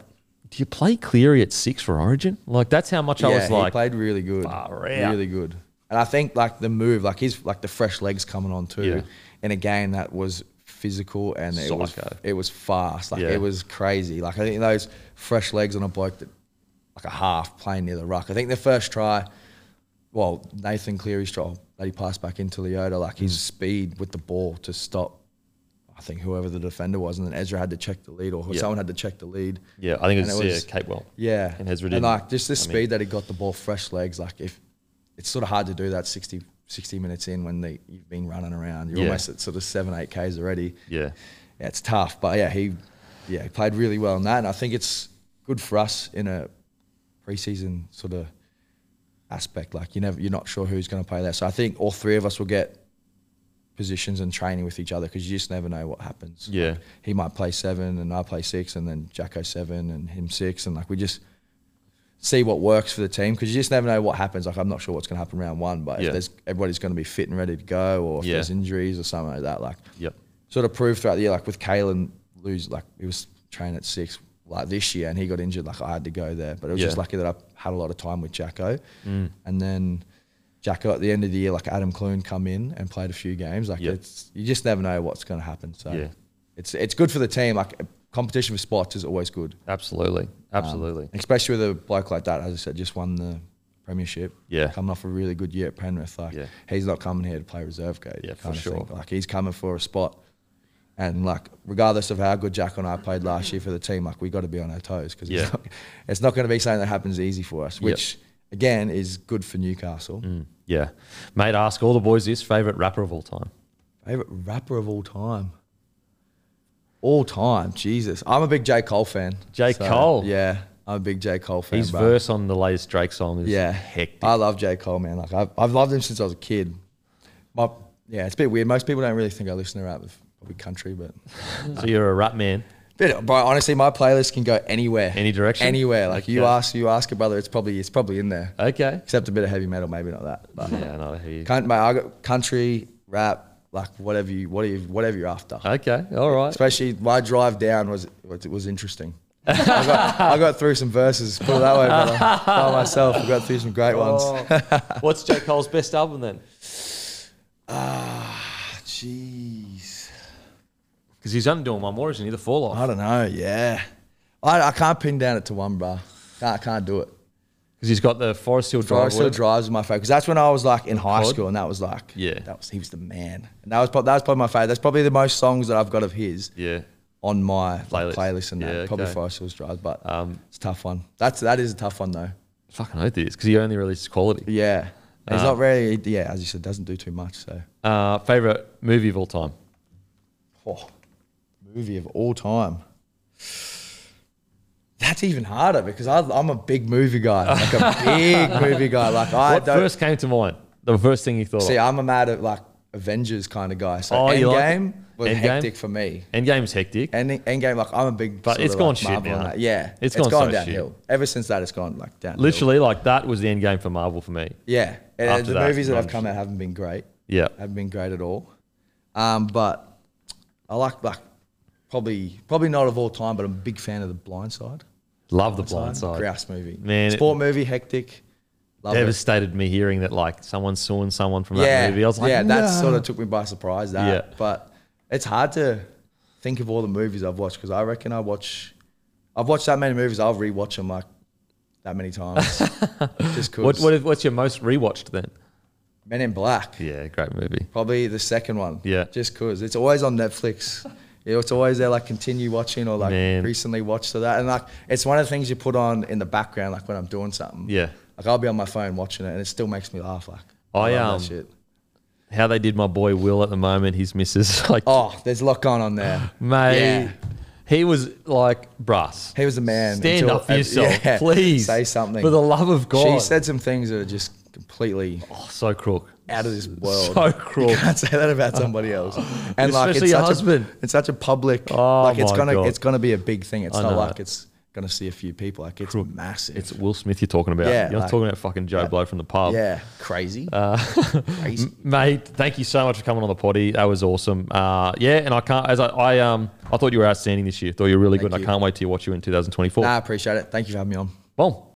do you play Cleary at six for Origin? Like that's how much I was
he
like,
played really good,
"Far out."
really good. And I think like the move, like his like the fresh legs coming on too,
Yeah.
in a game that was physical and it was
Psycho.
it was fast, like
Yeah.
it was crazy. Like I think those fresh legs on a bloke that like a half playing near the ruck. I think the first try, well Nathan Cleary's try that he passed back into Leota, like
Mm.
his speed with the ball to stop. I think whoever the defender was, and then Ezra had to check the lead, or
Yeah.
someone had to check the lead.
yeah, I think it
And
was,
it was-
yeah, Capewell.
Yeah,
and Ezra
And
didn't.
like just the
I
speed
mean-
that he got the ball, fresh legs. Like if it's sort of hard to do that 60, 60 minutes in when they, you've been running around. You're
Yeah.
almost at sort of seven, eight k's already.
Yeah.
Yeah, it's tough, but yeah, he yeah he played really well in that, and I think it's good for us in a preseason sort of aspect. Like you never you're not sure who's going to play there, so I think all three of us will get positions and training with each other because you just never know what happens
Yeah.
he might play seven and I play six and then Jacko seven and him six and like we just see what works for the team because you just never know what happens. Like I'm not sure what's going to happen round one, but
Yeah.
if there's everybody's going to be fit and ready to go or if
Yeah.
there's injuries or something like that, like
Yep.
sort of proved throughout the year. Like with Kalen lose, like he was training at six like this year and he got injured. Like I had to go there, but it was
Yeah. Mm.
just lucky that I had a lot of time with Jacko, and then. Jacko at the end of the year, like Adam Clune come in and played a few games. Like
Yep.
it's you just never know what's going to happen. So
Yeah.
it's it's good for the team. Like competition for spots is always good,
Absolutely.
Um,
Absolutely.
especially with a bloke like that. As I said, just won the premiership.
Yeah.
coming off a really good year at Penrith. Like
Yeah.
he's not coming here to play reserve grade.
Yeah, for
kind of
sure.
Thing. Like he's coming for a spot. And like, regardless of how good Jack and I played last year for the team, like we got to be on our toes because
Yeah.
it's not, it's not going to be something that happens easy for us. Which again is good for Newcastle.
Mm. yeah. Mate, ask all the boys this favorite rapper of all time.
Favorite rapper of all time. All time, Jesus. I'm a big J. Cole fan.
J. Cole?
Yeah. I'm a big J. Cole fan.
His
bro.
verse on the latest Drake song is
Yeah.
hectic.
I love J. Cole, man. Like I've, I've loved him since I was a kid. My yeah, it's a bit weird. Most people don't really think I listen to rap with probably country, but, [laughs]
so you're a rap man.
but but honestly my playlist can go anywhere.
Any direction?
Anywhere. Like you
Okay.
ask you ask a brother, it's probably it's probably in there.
Okay.
Except a bit of heavy metal, maybe not that. But
Yeah, no, I hear you.
Cunt, mate, I got country, rap, like whatever you what are you, whatever you're after.
Okay, all right.
Especially my drive down was it was interesting. I, got, I got through some verses, put it that way, but by myself, I got through some great ones.
Oh. What's J. Cole's best album then?
Jeez,
Because he's only doing one more, isn't he? The fall off.
I don't know. Yeah, I, I can't pin down it to one, bro. I can't do it.
Because he's got the Forest Hill
Drive
Drive.
still
with him.
drives my favorite because that's when I was like in high
Pod?
school, and that was like
Yeah.
that was he was the man, and that was prob- that was probably my favorite. That's probably the most songs that I've got of his
Yeah.
on my
Playlist.
playlist, playlist and that.
Yeah,
Probably
okay.
Five Souls Drive, but
Um,
it's a tough one. That's that is a tough one though.
Fucking oath it is, because he only releases quality.
Yeah, And he's
Uh,
not really. Yeah, as you said, doesn't do too much. So
Uh, favorite movie of all time?
oh, movie of all time. That's even harder because I, I'm a big movie guy, like a
[laughs]
big movie guy. Like I
what
don't
first came to mind? The first thing you thought
see.
of?
I'm a mad at like Avengers kind of guy. So
Oh, you like it?
Endgame was
Endgame?
hectic for me.
Endgame's hectic.
End, Endgame, like I'm a big,
But
sort
it's
of,
gone
like,
shit
Marvel and
now.
that. Yeah,
It's
it's
gone
gone
so
downhill. Ever since that, it's gone like downhill.
Literally, like, that was the end game for Marvel for me.
yeah. And
After
the
that,
movies that
it's
have
gone
come out haven't been great.
Yeah.
Haven't been great at all. Um, but I like like probably probably not of all time, but I'm a big fan of The Blind Side. Um,
Love the blind side.
Grouse movie,
Man, it-
Sport movie, hectic. Love it.
Devastated me hearing that, like, someone's suing someone from that
yeah,
movie. I was like,
yeah, that
"No."
sort of took me by surprise. That,
Yeah.
but it's hard to think of all the movies I've watched because I reckon I watch, I've watched that many movies. I'll rewatch them like that
[laughs]
many times. just cause
What, what, what's your most rewatched then?
Men in Black,
Yeah, great movie.
probably the second one.
Yeah.
just cause it's always on Netflix. You know, It's always there, like continue watching or like
Man.
recently watched or that, and like it's one of the things you put on in the background, like when I'm doing something.
Yeah.
like I'll be on my phone watching it, and it still makes me laugh. Like
I,
love
um,
that shit.
How they did my boy Will at the moment, his missus. [laughs] Like,
Oh, there's a lot going on
[laughs]
there,
mate,
Yeah.
he was like, brass.
He was a man.
Stand
until-
up
[laughs]
for yourself,
yeah,
please.
Say something.
For the love of God.
She said some things that are just completely
oh, so crook.
out of this world.
So cruel.
You can't say that about
[laughs]
somebody else. And
Especially
like it's
your
such
husband.
A, it's such a public.
Oh
like it's
my
gonna
God.
it's gonna be a big thing. It's
I
not
know.
like it's gonna see a few people. Like it's massive.
It's Will Smith you're talking about.
Yeah,
you're not
like-
talking about fucking Joe Blow from the pub.
yeah, crazy.
Uh, [laughs]
crazy.
Mate, thank you so much for coming on the potty. That was awesome. Uh, yeah, and I can't as I, I um I thought you were outstanding this year. Thought you were really good, and I
you.
can't wait to watch you in 2024.
Nah, I appreciate it. Thank you for having me on.
Boom.